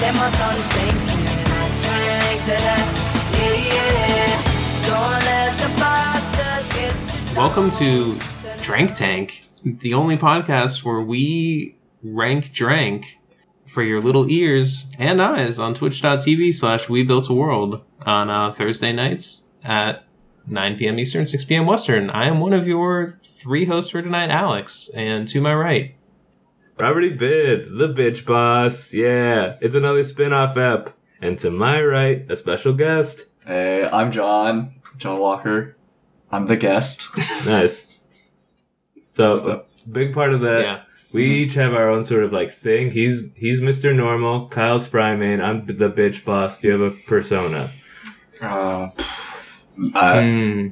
Damn, my soul is sinking. Drink to that. Yeah, yeah. Don't let the bastards get you Welcome to down. Drank Tank, the only podcast where we rank drank for your little ears and eyes on twitch.tv slash we built a world on uh, Thursday nights at 9 p.m. Eastern, 6 p.m. Western. I am one of your three hosts for tonight, Alex, and to my right, Robert E. Bibb, the bitch boss. Yeah, it's another spin off app. And to my right, a special guest. Hey, I'm John. John Walker. I'm the guest. Nice. So, What's up? Mm-hmm. a big part of Uh, that. Yeah. We each have our own sort of like thing. He's he's Mr. Normal, Kyle's Fryman, I'm the bitch boss. Do you have a persona? Uh, I, Hmm.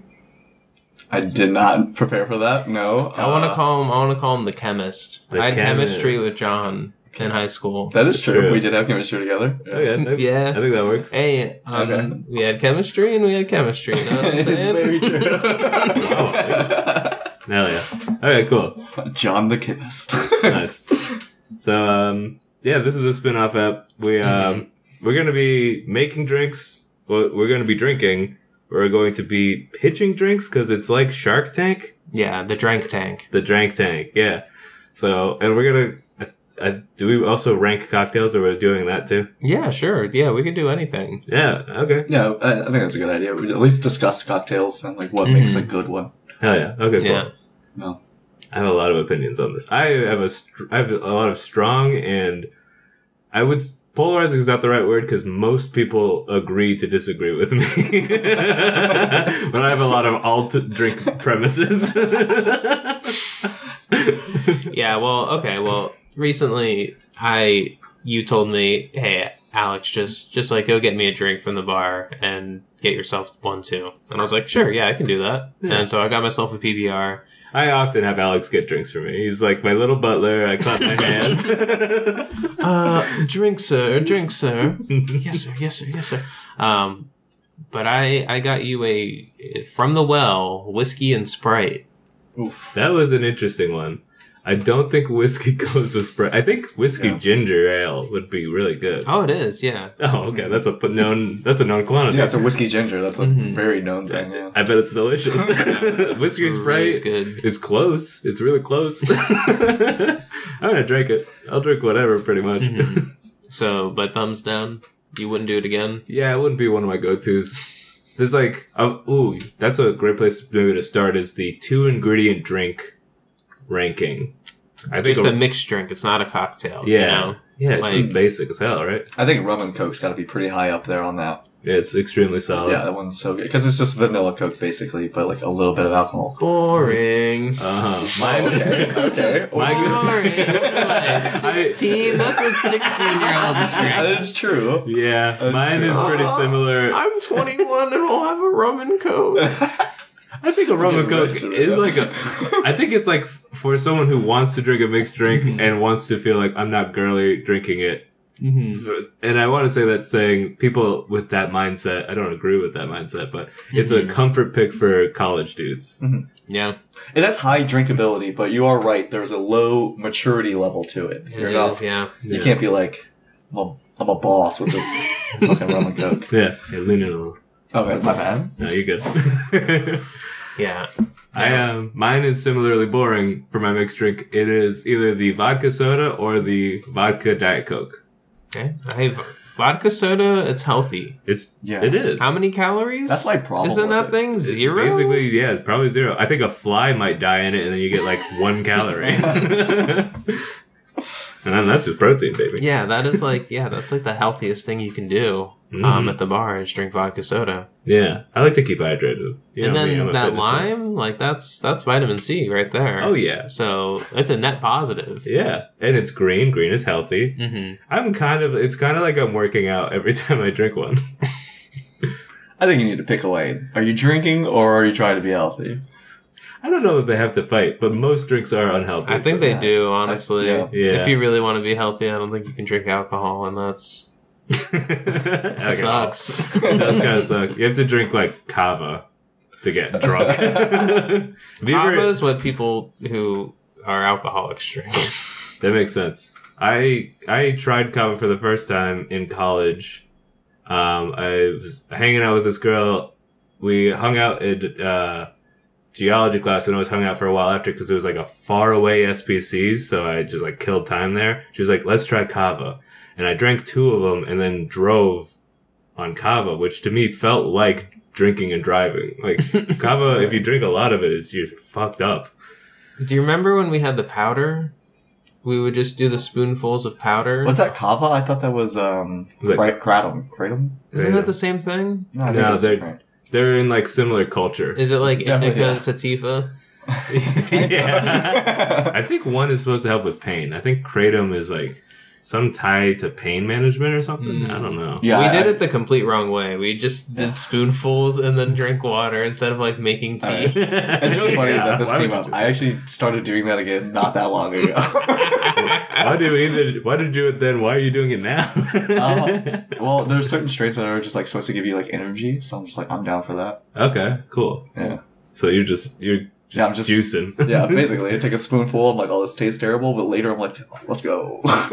I did not prepare for that. No. I want Uh, to call him. I want to call him the chemist. The I had chemist. chemistry with John in high school. That is true. True. We did have chemistry together. Okay, I- Yeah. I think that works. hey, um, Okay. we had chemistry and we had chemistry. You know what I'm it's saying? very Wow. true. Hell yeah. Alright, cool. John the chemist. nice. So um, yeah, this is a spin-off app. We um, we're gonna be making drinks. Well, we're gonna be drinking. We're going to be pitching drinks because it's like Shark Tank, Yeah, the drank tank. the drank tank. Yeah. So and we're gonna. I, I, do we also rank cocktails, or we're doing that too? Yeah, sure. Yeah, we could do anything. Yeah. Okay. yeah, I, I think that's a good idea. We at least discuss cocktails and like what makes Mm-hmm. a good one. Hell yeah. Okay. Cool. Yeah. No. I have a lot of opinions on this. I have a str- I have a lot of strong and I would s- polarizing is not the right word because most people agree to disagree with me, but I have a lot of alt drink premises. Yeah, well, okay, well, recently I you told me, "Hey, Alex, just just like go get me a drink from the bar and get yourself one too." And I was like, "Sure, yeah, I can do that." Yeah. And so I got myself a PBR. I often have Alex get drinks for me. He's like my little butler. I clap my hands. Uh, drink, sir. Drink, sir. yes, sir. Yes, sir. Yes, sir. Um, but I I got you a from the well whiskey and Sprite. Oof. that was an interesting one. I don't think whiskey goes with Sprite. I think whiskey Yeah. ginger ale would be really good. Oh, it is. Yeah. Oh, okay. That's a p- known. That's a known quantity. Yeah, it's a whiskey ginger. That's a Mhm. very known thing. Yeah. I bet it's delicious. Whiskey Really Sprite good. is close. It's really close. I'm gonna drink it. I'll drink whatever, pretty much. Mm-hmm. Mhm. So, but thumbs down. You wouldn't do it again. yeah, it wouldn't be one of my go-to's. There's like, um, ooh, that's a great place maybe to start is the two ingredient drink ranking. I think, Just a- a mixed drink. It's not a cocktail. you yeah, know? yeah, it's just like- basic as hell, right? I think rum and coke's got to be pretty high up there on that. Yeah, it's extremely Oh. solid. yeah, that one's so good because it's just vanilla coke basically, but like a little bit of alcohol. Boring. Uh huh. Mine, okay, okay. My Boring. good- What am I, Sixteen. That's what sixteen-year-olds that drink. is true. yeah, That's mine true. is pretty Oh, similar. I'm 21 and I'll have a rum and coke. I think a rum and Yeah, coke right, sort of. is like a. I think it's like f- for someone who wants to drink a mixed drink and wants to feel like I'm not girly drinking it. Mm-hmm. F- And I want to say that saying people with that mindset, I don't agree with that mindset, but it's a comfort pick for college dudes. Yeah. It has high drinkability, but you are right. There's a low maturity level to it. It You're is, not, yeah. You Yeah. can't be like, I'm a, I'm a boss with this fucking rum and coke. Yeah, yeah lean in a little. Okay, my bad. No, you're good. Yeah. I um, mine is similarly boring for my mixed drink. It is either the vodka soda or the vodka diet coke. Okay. I have vodka soda. It's healthy. It's Yeah. it is. How many calories? That's my problem Isn't with that it. thing It's zero? Basically, yeah, it's probably zero. I think a fly might die in it, and then you get like one calorie. and then that's just protein, baby. Yeah, that is like yeah, that's like the healthiest thing you can do um, Mhm. at the bar is drink vodka soda. Yeah, I like to keep hydrated. You and know me, then I'm a that fitness nut. lime, like that's that's vitamin C right there. Oh yeah, So it's a net positive. yeah, and it's green. Green is healthy. hmm Mm-hmm. I'm kind of. It's kind of like I'm working out every time I drink one. I think you need to pick a lane. Are you drinking or are you trying to be healthy? I don't know that they have to fight, but most drinks are unhealthy. I think so- they do, honestly. yeah. Yeah. If you really want to be healthy, I don't think you can drink alcohol, and that's Okay. sucks. It does kind of suck. You have to drink like kava to get drunk. Have you ever- Kava is what people who are alcoholics drink. That makes sense. I I tried comedy for the first time in college. Um, I was hanging out with this girl. We hung out at uh, geology class and always hung out for a while after because it was like a far away SPC, so I just like killed time there. She was like, "Let's try kava," and I drank two of them and then drove on kava, which to me felt like drinking and driving. Like kava, if you drink a lot of it, it's you're fucked up. Do you remember when we had the powder? We would just do the spoonfuls of powder. Was that kava? I thought that was um Was that- cra- kratom. Kratom? Isn't that the same thing? No, I think No, that's they're- different. They're in like similar culture. Is it like Definitely, indica yeah. and sativa? yeah. I think one is supposed to help with pain. I think kratom is like some tie to pain management or something. Hmm. I don't know. yeah, we I- did I- it the complete wrong way. We just did spoonfuls and then drank water instead of like making tea. Alright. It's really funny Yeah, that this why would came you up. do I actually started doing that again not that long ago. Why did we either, why did you do it then? Why are you doing it now? Uh, well, there's certain strains that are just like supposed to give you like energy, so I'm just like I'm down for that. okay, cool. Yeah, So you're just you're just, Yeah, I'm just- juicing. yeah. Basically, I take a spoonful. I'm like, oh, this tastes terrible, but later I'm like, let's go. yeah.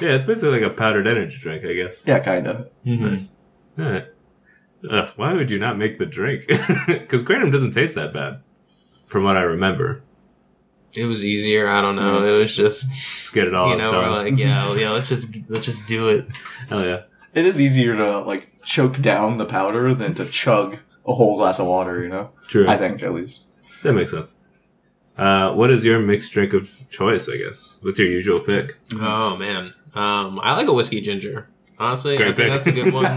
Yeah, it's basically like a powdered energy drink, I guess. yeah, kind of. Mhm. Nice. All right. Ugh, why would you not make the drink? Because kratom doesn't taste that bad, from what I remember. It was easier. I don't Mm. know. It was just Let's get it all you know done. we're like yeah yeah let's just let's just do it. Hell yeah. It is easier to like choke down the powder than to chug a whole glass of water. You know, True. I think at least. That makes sense. Uh, what is your mixed drink of choice? I guess. What's your usual pick? Oh man, um, I like a whiskey ginger. Honestly, I think Great pick. that's a good one.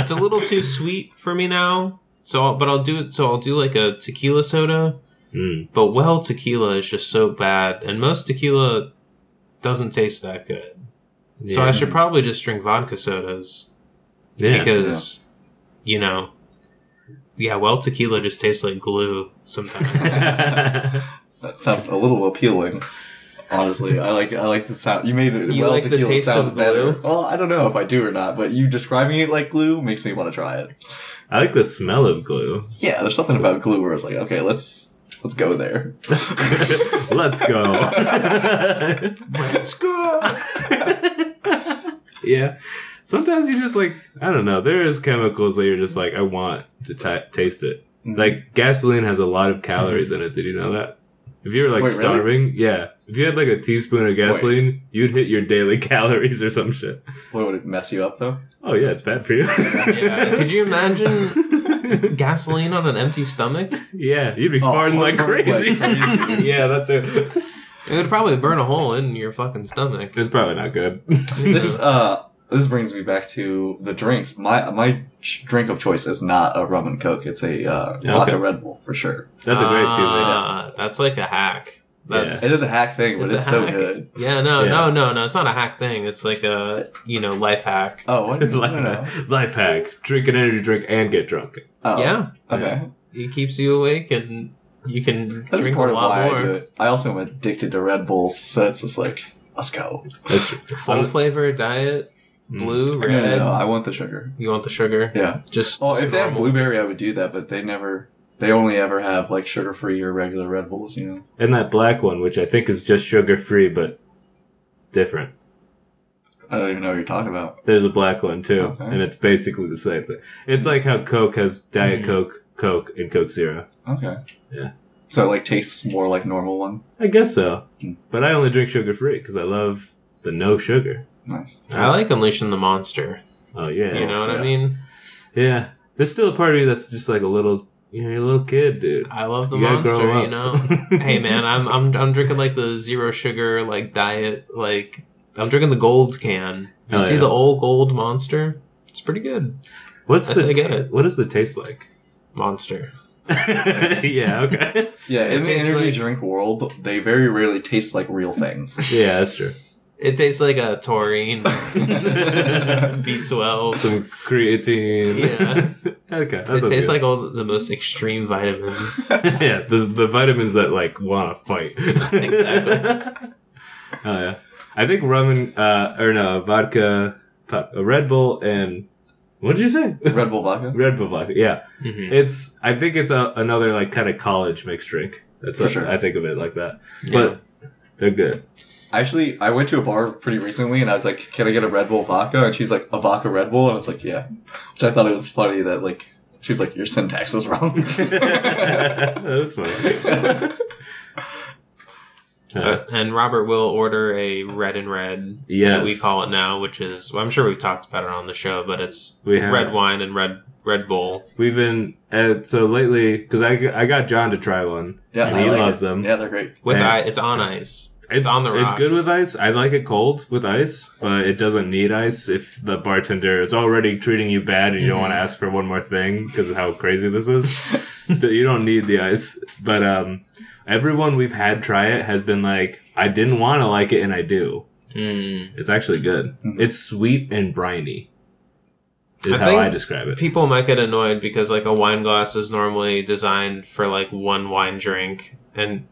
it's a little too sweet for me now. So, I'll, but I'll do it. So I'll do like a tequila soda. Mm. But well, tequila is just so bad, and most tequila doesn't taste that good. So I Yeah. should probably just drink vodka sodas Yeah. because, you know, yeah. Well, tequila just tastes like glue sometimes. That sounds a little appealing. Honestly, I like I like the sound. You made it. You well, like the tequila taste sound of better. glue? Well, I don't know if I do or not, but you describing it like glue makes me want to try it. I like the smell of glue. Yeah, there's something about glue where it's like, okay, let's let's go there. Let's go. Let's go. yeah. Sometimes you just like I don't know. There is chemicals that you're just like I want to ta taste it. Mm-hmm. Like gasoline has a lot of calories in it. Did you know that? If you were like Wait, really? starving, yeah. If you had like a teaspoon of gasoline, you'd hit your daily calories or some shit. What would it mess you up though? Oh yeah, it's bad for you. Yeah, could you imagine gasoline on an empty stomach? Yeah, you'd be Oh, farting like farting like crazy. crazy. yeah, that too. It would probably burn a hole in your fucking stomach. It's probably not good. This uh this brings me back to the drinks. My my ch- drink of choice is not a rum and coke. It's a uh, Yeah, vodka okay. Red Bull for sure. That's a great two mix. Ah, That's like a hack. That's It is a hack thing, but It's it's, a so hack. good. yeah, no, Yeah. no, no, no. It's not a hack thing. It's like a you know life hack. Oh, what? No, Life, no, no. hack. life hack. Drink an energy drink and get drunk. Oh, Yeah, Okay. it keps you awake and you can That's drink part a of why lot I do more. it. I also am addicted to Red Bulls, so it's just like, let's go. That's true. Um, Full flavor diet, Hmm. Mm. blue, No, no, red. no, I want the sugar. You want the sugar? Yeah. Just Well, Oh, if just they have normal. blueberry, I would do that, but they never. They only ever have like sugar free or regular Red Bulls, you know. And that black one, which I think is just sugar free but different. I don't even know what you're talking about. There's a black one too, Okay. and it's basically the same thing. It's like how Coke has Diet Mhm. Coke, Coke, and Coke Zero. Okay. Yeah. So it like tastes more like normal one. I guess so. Hmm. But I only drink sugar free because I love the no sugar. Nice. I like unleashing the monster. Oh yeah. You know what I yeah. mean? Yeah. There's still a part of you that's just like a little, you know, you're a little kid, dude. I love the You gotta grow monster, you up. know. hey man, I'm I'm I'm drinking like the zero sugar like diet like I'm drinking the gold can. You Hell see yeah. the old gold monster? It's pretty good. What's I the say ta- get it. what does the taste like? Monster. yeah, okay. Yeah, It in the tastes energy like- drink world, they very rarely taste like real things. Yeah, that's true. It tastes like a taurine Some B12. creatine. Yeah. okay, that It tastes good. like all the most extreme vitamins. yeah, the, the vitamins that like want to fight. Exactly. oh yeah, I think rum and uh, or no vodka, pop, a Red Bull and what did you say? Red Bull vodka. Red Bull vodka. Yeah, Mm-hmm. Mhm. It's I think it's a, another like kind of college mixed drink. That's For what sure. I think of it like that. Yeah. But they're good. Actually, I went to a bar pretty recently and I was like, "Can I get a Red Bull vodka?" And she's like, "A vodka Red Bull," and I was like, "Yeah," which I thought it was funny that like she's like, "Your syntax is wrong." that was funny. Uh, Uh, and Robert will order a red and red Yes. that we call it now, which is well, I'm sure we've talked about it on the show, but it's We have. red wine and red Red Bull. we've been uh, so lately because I, I got John to try one. yeah, and I he like loves it. them. Yeah, they're great. With Yeah. I, it's on ice. It's on the It's good rocks. with ice. I like it cold with ice, but it doesn't need ice if the bartender is already treating you bad and you don't want to Mm-hmm. ask for one more thing because of how crazy this is. That you don't need the ice. But um, everyone we've had try it has been like, I didn't want to like it and I do. Mm. It's actually good. Mm-hmm. Mhm. It's sweet and briny. Is I how think I describe it. People might get annoyed because like a wine glass is normally designed for like one wine drink, and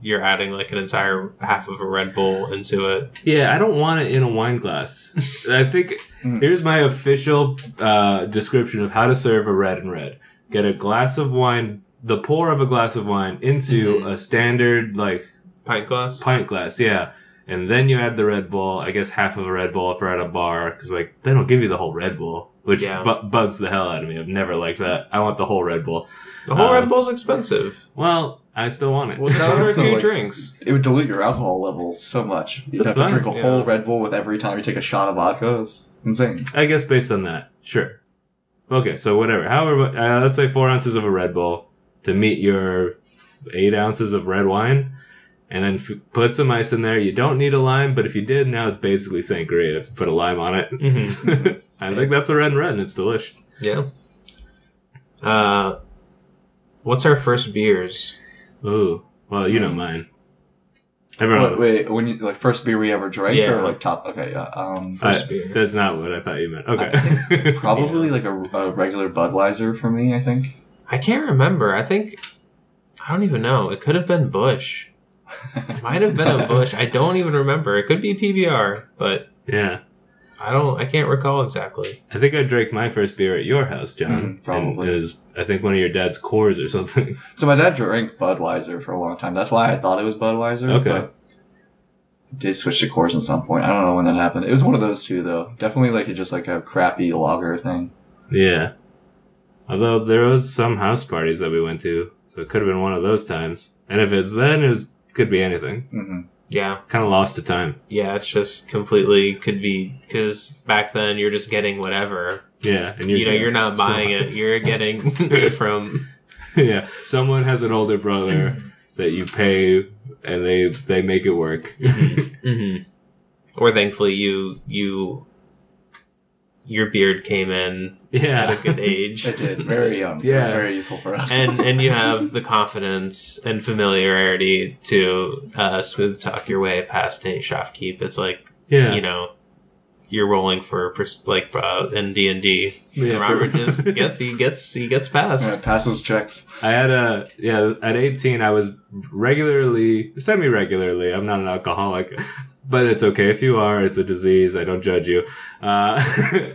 you're adding like an entire half of a Red Bull into it. Yeah, I don't want it in a wine glass. I think Hmm. Mm. here's my official uh, description of how to serve a red and red. Get a glass of wine, the pour of a glass of wine into Mm-hmm. a standard like Pint glass. pint glass, yeah. And then you add the Red Bull. I guess half of a Red Bull if we're at a bar, because like they don't give you the whole Red Bull, which Yeah. bu- bugs the hell out of me. I've never liked that. I want the whole Red Bull. The whole Um, Red Bull's expensive. Well, I still want it. Well, sounds one or so, two like- drinks. It would dilute your alcohol levels so much. You'd That's have to fine, drink a yeah. whole Red Bull with every time you take a shot of vodka. It's insane. I guess based on that, sure. Okay, so whatever. However, uh, let's say four ounces of a Red Bull to meet your eight ounces of red wine, and then f- put some ice in there. You don't need a lime, but if you did, now it's basically sangria if you put a lime on it. I think that's a red and red, and it's delish. Yeah. Uh, what's our first beers? Ooh, well, you know mine. Everyone, Wait, wait, when you like first beer we ever drank Yeah. or like top? Okay, yeah. Um, I- First beer. that's not what I thought you meant. Okay, probably like a, a regular Budweiser for me. I think. I can't remember. I think I don't even know. It could have been Bush. It might have been a Bush. I don't even remember. It could be PBR, but yeah. I don't. I can't recall exactly. I think I drank my first beer at your house, John. Mhm, probably. And it was, I think, one of your dad's cores or something. So my dad drank Budweiser for a long time. That's why I thought it was Budweiser. Okay. but did switch to Coors at some point. I don't know when that happened. It was one of those two though. Definitely like a, just like a crappy lager thing. Yeah. Although there was some house parties that we went to, so it could have been one of those times. And if it's then, it was, could be anything. hmm Yeah, Kind of lost to time. yeah. It's just completely could be because back then you're just getting whatever. Yeah, and You know, you're not buying it. You're getting from. yeah, someone has an older brother that you pay, and they they make it work. Mhm. Or thankfully, you you your beard came in at a yeah, good age. It did very young. It was Yeah. very useful for us. and and you have the confidence and familiarity to uh, smooth talk your way past a shopkeep. It's like yeah, you know you're rolling for pers- like uh, in D and D. Yeah, Robert for- just gets he gets he gets Yeah, past. it passes checks. I had a yeah at 18 I was regularly semi regularly I'm not an alcoholic but it's okay if you are it's a disease I don't judge you uh,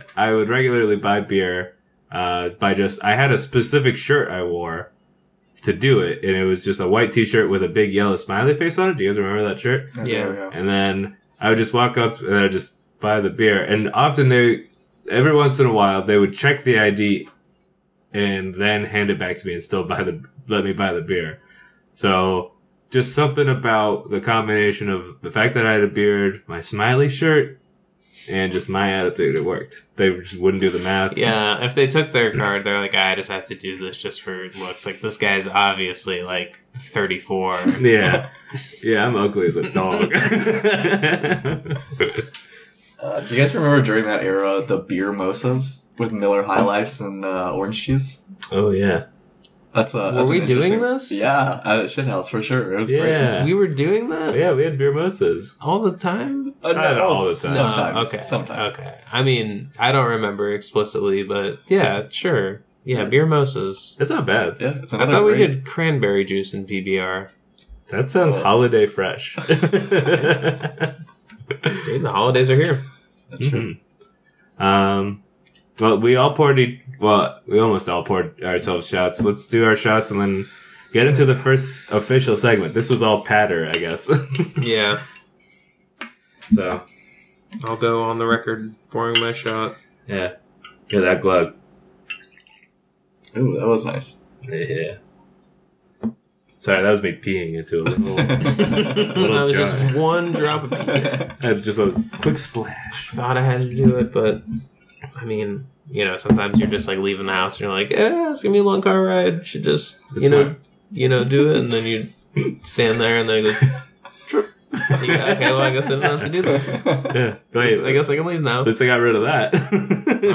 I would regularly buy beer uh, by just I had a specific shirt I wore to do it and it was just a white t-shirt with a big yellow smiley face on it do you guys remember that shirt There Yeah. we go. and then I would just walk up and I would just buy the beer. And often they, every once in a while, they would check the ID and then hand it back to me and still buy the, let me buy the beer. So just something about the combination of the fact that I had a beard, my smiley shirt, and just my attitude, it worked. They just wouldn't do the math. Yeah, if they took their card, they're like, I just have to do this just for looks. Like this guy's obviously like 34. Yeah. Yeah, I'm ugly as a dog. Uh, do you guys remember during that era the beer mosas with Miller High Lifes and uh, orange juice? oh, yeah. That's a. that's Were an we doing interesting- this? Yeah, at Shithouse for sure. It was great. Yeah. We were doing that Yeah, we had beer mimosas. all the time. Uh, Not no, all the time. No, Sometimes. okay. Sometimes. Okay. I mean, I don't remember explicitly, but yeah, sure. Yeah, beer moses. It's not bad. Yeah, it's I another thought we great- did cranberry juice in PBR. That sounds Oh. Uh, holiday fresh. Dude, the holidays are here. That's true. um, well, we all poured. e- Well, we almost all poured ourselves shots. Let's do our shots and then get into the first official segment. This was all patter, I guess. Yeah. So I'll go on the record pouring my shot. yeah, yeah, that glug. Mhm. Ooh, that was nice. Yeah. Sorry, that was me peeing into a little. That little was jar. just one drop of pee. I was just a quick splash. Thought I had to do it, but I mean, you know, sometimes you're just like leaving the house and you're like, eh, it's gonna be a long car ride. Should just It's you know, fine. you know, do it, and then you stand there, and then it goes. Trip. You go, okay, well, I guess I don't have to do this. Yeah. Wait, I guess I can leave now. at least I got rid of that.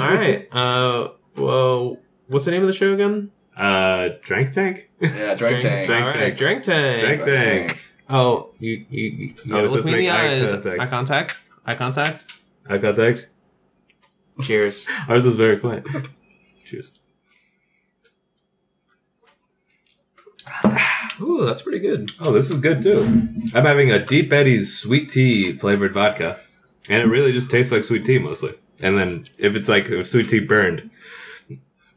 All right. Uh, well, what's the name of the show again? Uh, Drank Tank? yeah, drink tank. All Drank right, Tank. Drink Tank. Drank Drink Tank. Oh, you you, you I gotta was look supposed me in to the make eye eyes. contact. Eye contact. Eye contact. Eye contact. Cheers. Ours is very quiet. Cheers. Ooh, that's pretty good. Oh, this is good too. I'm having a Deep Eddie's sweet tea flavored vodka, and it really just tastes like sweet tea mostly. And then if it's like if sweet tea burned,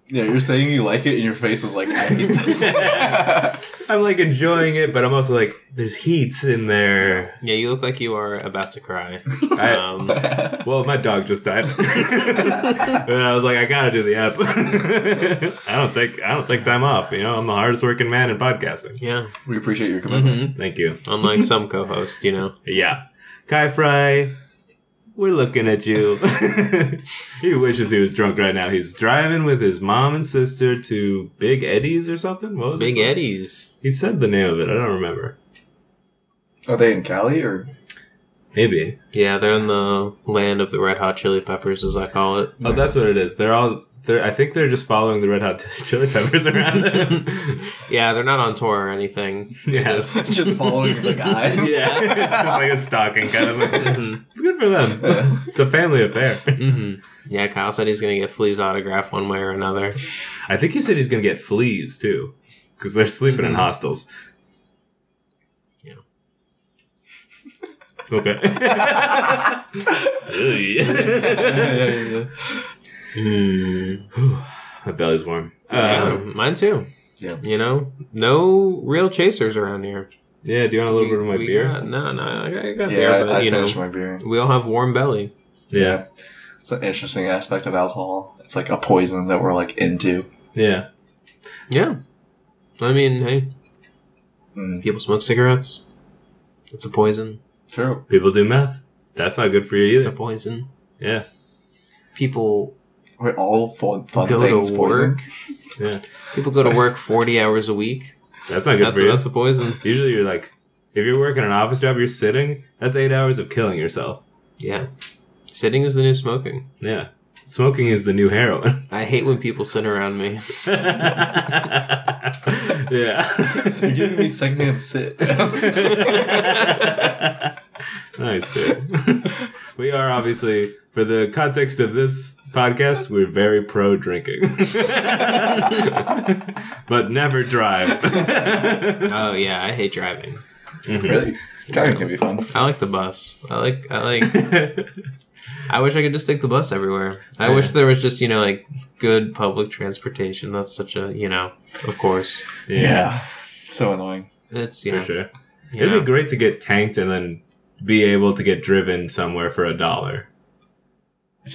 Yeah, you're saying you like it, and your face is like, I hate this. I'm like enjoying it, but I'm also like, there's heats in there. Yeah, you look like you are about to cry. I- Um, Well, my dog just died, and I was like, I gotta do the app. I don't take I don't take time off. You know, I'm the hardest working man in podcasting. yeah. we appreciate your commitment. Thank you. Unlike some co-hosts, you know. Yeah. Kai Fry, we're looking at you. he wishes he was drunk right now. He's driving with his mom and sister to Big Eddie's or something. What was Big it? Eddie's. He said the name of it. I don't remember. Mm-hmm. Are they in Cali or? Maybe. Yeah, they're in the land of the red hot chili peppers, as I call it. Oh, that's what it is. They're all. They're, I think they're just following the Red Hot Chili Peppers around. Yeah, they're not on tour or anything. yes. Just following the guys. Yeah. it's just like a stalking kind of. Mm-hmm. Good for them. it's a family affair. Yeah, Kyle said he's gonna get Flea's autograph one way or another. I think he said he's gonna get fleas too, because they're sleeping in hostels. Mm-hmm. Yeah. Okay. Ew. yeah, yeah, yeah. My belly's warm. Yeah, Uh, mine too. Yeah. You know, no real chasers around here. yeah. Do you want a little bit of my We beer? Got, no, no, I got, I got Yeah, there, but I, I you know, finished my beer. we all have warm belly. yeah. It's an interesting aspect of alcohol. It's like a poison that we're like into. Yeah. Yeah, I mean, hey, Mm. people smoke cigarettes. It's a poison. True. People do meth. That's not good for you It's a either. poison. Yeah. People We're all fun, fun Go to things poison. work. Yeah. people go to work forty hours a week. That's not good That's for you. that's a poison. Usually, you're like, if you're working an office job, you're sitting. That's eight hours of killing yourself. Yeah, sitting is the new smoking. Yeah. Smoking is the new heroin. I hate when people sit around me. yeah. You're giving me secondhand sit. nice, dude. we are obviously, for the context of this podcast, we're very pro drinking. but never drive. Oh yeah, I hate driving. really? Driving can be fun. I like the bus. I like I like I wish I could just take the bus everywhere. I wish there was just, you know, like good public transportation. That's such a, you know, of course. yeah, So annoying. It's, you for know, sure. you It'd know. be great to get tanked and then be able to get driven somewhere for a dollar.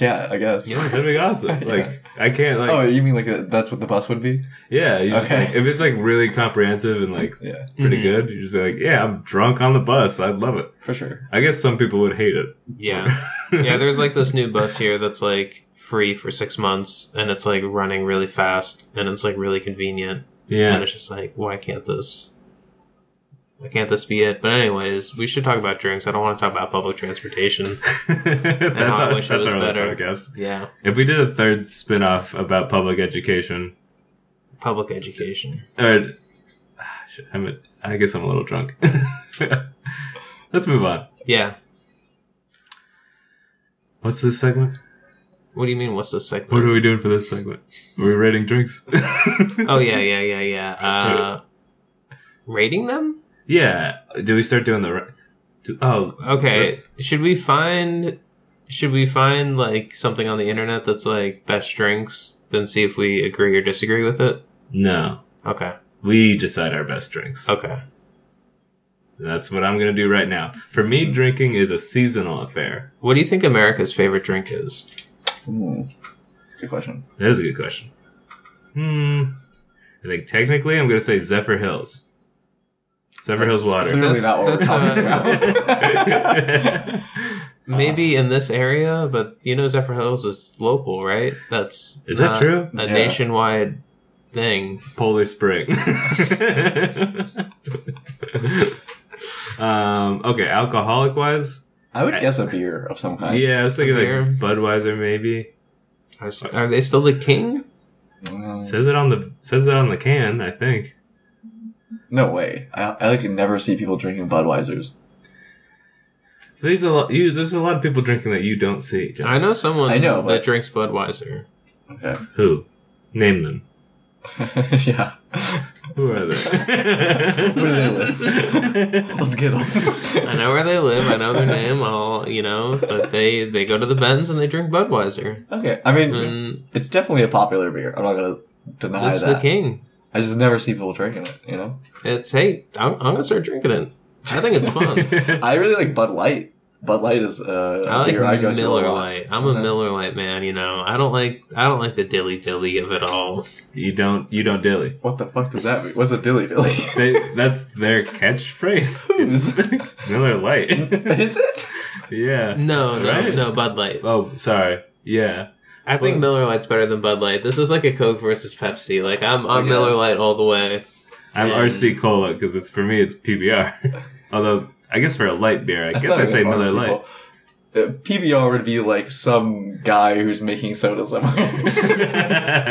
Yeah, I guess. You know, That'd be awesome. Like, I can't, like, Oh, you mean like a, that's what the bus would be? yeah, you just, Okay. Mm-hmm. like, if it's, like, really comprehensive and, like, Yeah, pretty Mhm. good, you just be like, yeah, I'm drunk on the bus. I'd love it. for sure. I guess some people would hate it. yeah. Yeah, there's like this new bus here that's like free for six months and it's like running really fast and it's like really convenient. And Yeah. it's just like, why can't this? Why can't this be it? But anyways, we should talk about drinks. I don't want to talk about public transportation. that's I our, wish it that's was our other better. podcast. Yeah. If we did a third spin off about public education, Public education. or ah, shit, I'm a, I guess I'm a little drunk. Let's move on. Yeah. What's this segment? What do you mean? What's this segment? What are we doing for this segment? Are we rating drinks? Oh yeah, yeah, yeah, yeah. Uh, rating them? yeah. Do we start doing the? ra- Do, oh, Okay. That's- should we find? Should we find like something on the internet that's like best drinks, then see if we agree or disagree with it? no. Okay. We decide our best drinks. Okay. That's what I'm gonna do right now. For me, drinking is a seasonal affair. What do you think America's favorite drink is? Ooh. Hmm. Good question. That is a good question. Hmm. I think technically, I'm gonna say Zephyr Hills. Zephyr Hills water. Clearly That's- not what we're that's, talking uh, about. Maybe in this area, but you know Zephyr Hills is local, right? That's Is that not true? A Yeah. nationwide thing. Uh, Polar Spring. um, okay, alcoholic wise. I would guess a beer of some kind. Yeah, I was thinking Beer. like Budweiser maybe. Are, s- are they still the king? Mm, Says it on the says it on the can, I think. no way. I, I like never see people drinking Budweisers. There's a lot you there's a lot of people drinking that you don't see. John. I know someone I know, that but- drinks Budweiser. Okay. Who? Name them. yeah. Who are they? Where do they live? Let's get them. I know where they live. I know their name. I'll, you know, but they they go to the Benz and they drink Budweiser. okay. I mean, And it's definitely a popular beer. I'm not gonna deny it's that. the king. I just never see people drinking it. You know. It's hey, I'm, I'm gonna start drinking it. I think it's fun. I really like Bud Light. Bud Light is uh, a I like beer I go to a Miller lot. Lite. I'm a Yeah. Miller Lite man. You know, I don't like I don't like the dilly dilly of it all. you don't you don't dilly. What the fuck does that mean? What's a dilly dilly? They, that's their catchphrase. is It's Miller Light. it? yeah. No, no, Right? no Bud Light. Oh, sorry. Yeah. I think Well- Miller Lite's better than Bud Light. This is like a Coke versus Pepsi. Like I'm on guess. Miller Lite all the way. I'm And- RC Cola because it's for me it's PBR. Although I guess for a light beer, I That's guess not I'd even say Miller honestly Light. cool. Uh, PBR would be like some guy who's making soda somewhere.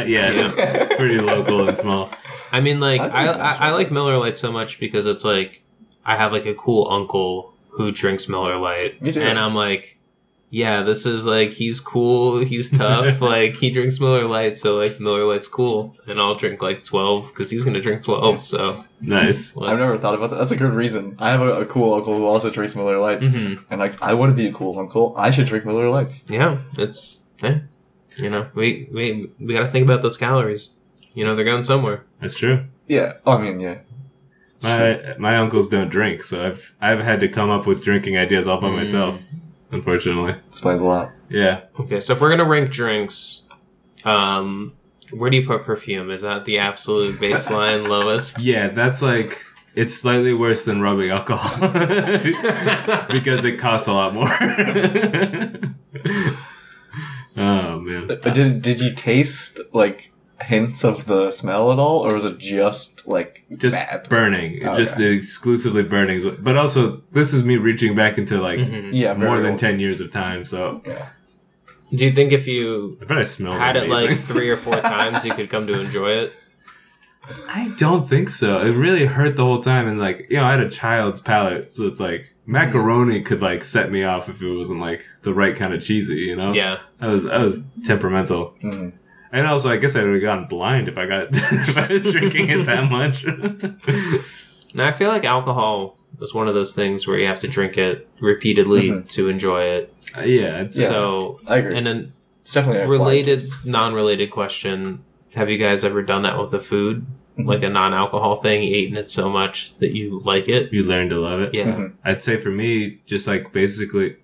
yeah, it's pretty local and small. I mean, like I think I it's I, I actually- like Miller Lite so much because it's like I have like a cool uncle who drinks Miller Lite, Me too. and I'm like, yeah, this is like he's cool, he's tough, like he drinks Miller Lite, so like Miller Lite's cool, and I'll drink like twelve because he's gonna drink twelve. So Nice. I've never thought about that. That's a good reason. I have a, a cool uncle who also drinks Miller Lights, Mhm. and like I want to be a cool uncle. I should drink Miller Lights. Yeah, it's eh, you know we we we gotta think about those calories. You know they're going somewhere. That's true. Yeah. Oh, I mean, yeah. My my uncles don't drink, so I've I've had to come up with drinking ideas all by Mm. myself. Unfortunately, Explains a lot. yeah. Okay, so if we're gonna rank drinks, um, where do you put perfume? Is that the absolute baseline lowest? Yeah, that's like it's slightly worse than rubbing alcohol because it costs a lot more. oh man. But did did you taste like hints of the smell at all, or was it just like Just bad? burning. It Just Okay. exclusively burning. is what- But also, this is me reaching back into like Mhm. yeah, more very than old. 10 years of time, so Yeah. Do you think if you I bet I smelled had it like amazing. three or four times, you could come to enjoy it? I don't think so. It really hurt the whole time, and like you know, I had a child's palate, so it's like macaroni could like set me off if it wasn't like the right kind of cheesy, you know? Yeah. I was I was temperamental, Mhm. and also I guess I would have gone blind if I got if I was drinking it that much. Now I feel like alcohol is one of those things where you have to drink it repeatedly to enjoy it. Uh, yeah, it's, Yeah. So, I agree. and then It's definitely a related, non-related question: Have you guys ever done that with a food, like a non-alcohol thing, eaten it so much that you like it? you learn to love it. Yeah. Mhm. I'd say for me, just like basically,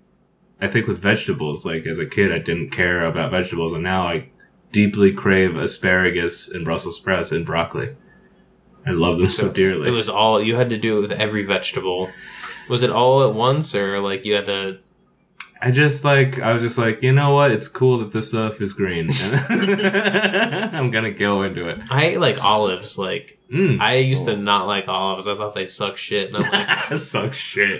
I think with vegetables, like as a kid, I didn't care about vegetables, and now I deeply crave asparagus and Brussels sprouts and broccoli. I love them so dearly. It was all you had to do it with every vegetable. Was it all at once, or like you had to? I just like, I was just like, you know what? It's cool that this stuff is green. I'm gonna go into it. I ate like olives. Like Mm. I used to not like olives. I thought they suck shit, and I'm like, Sucks shit.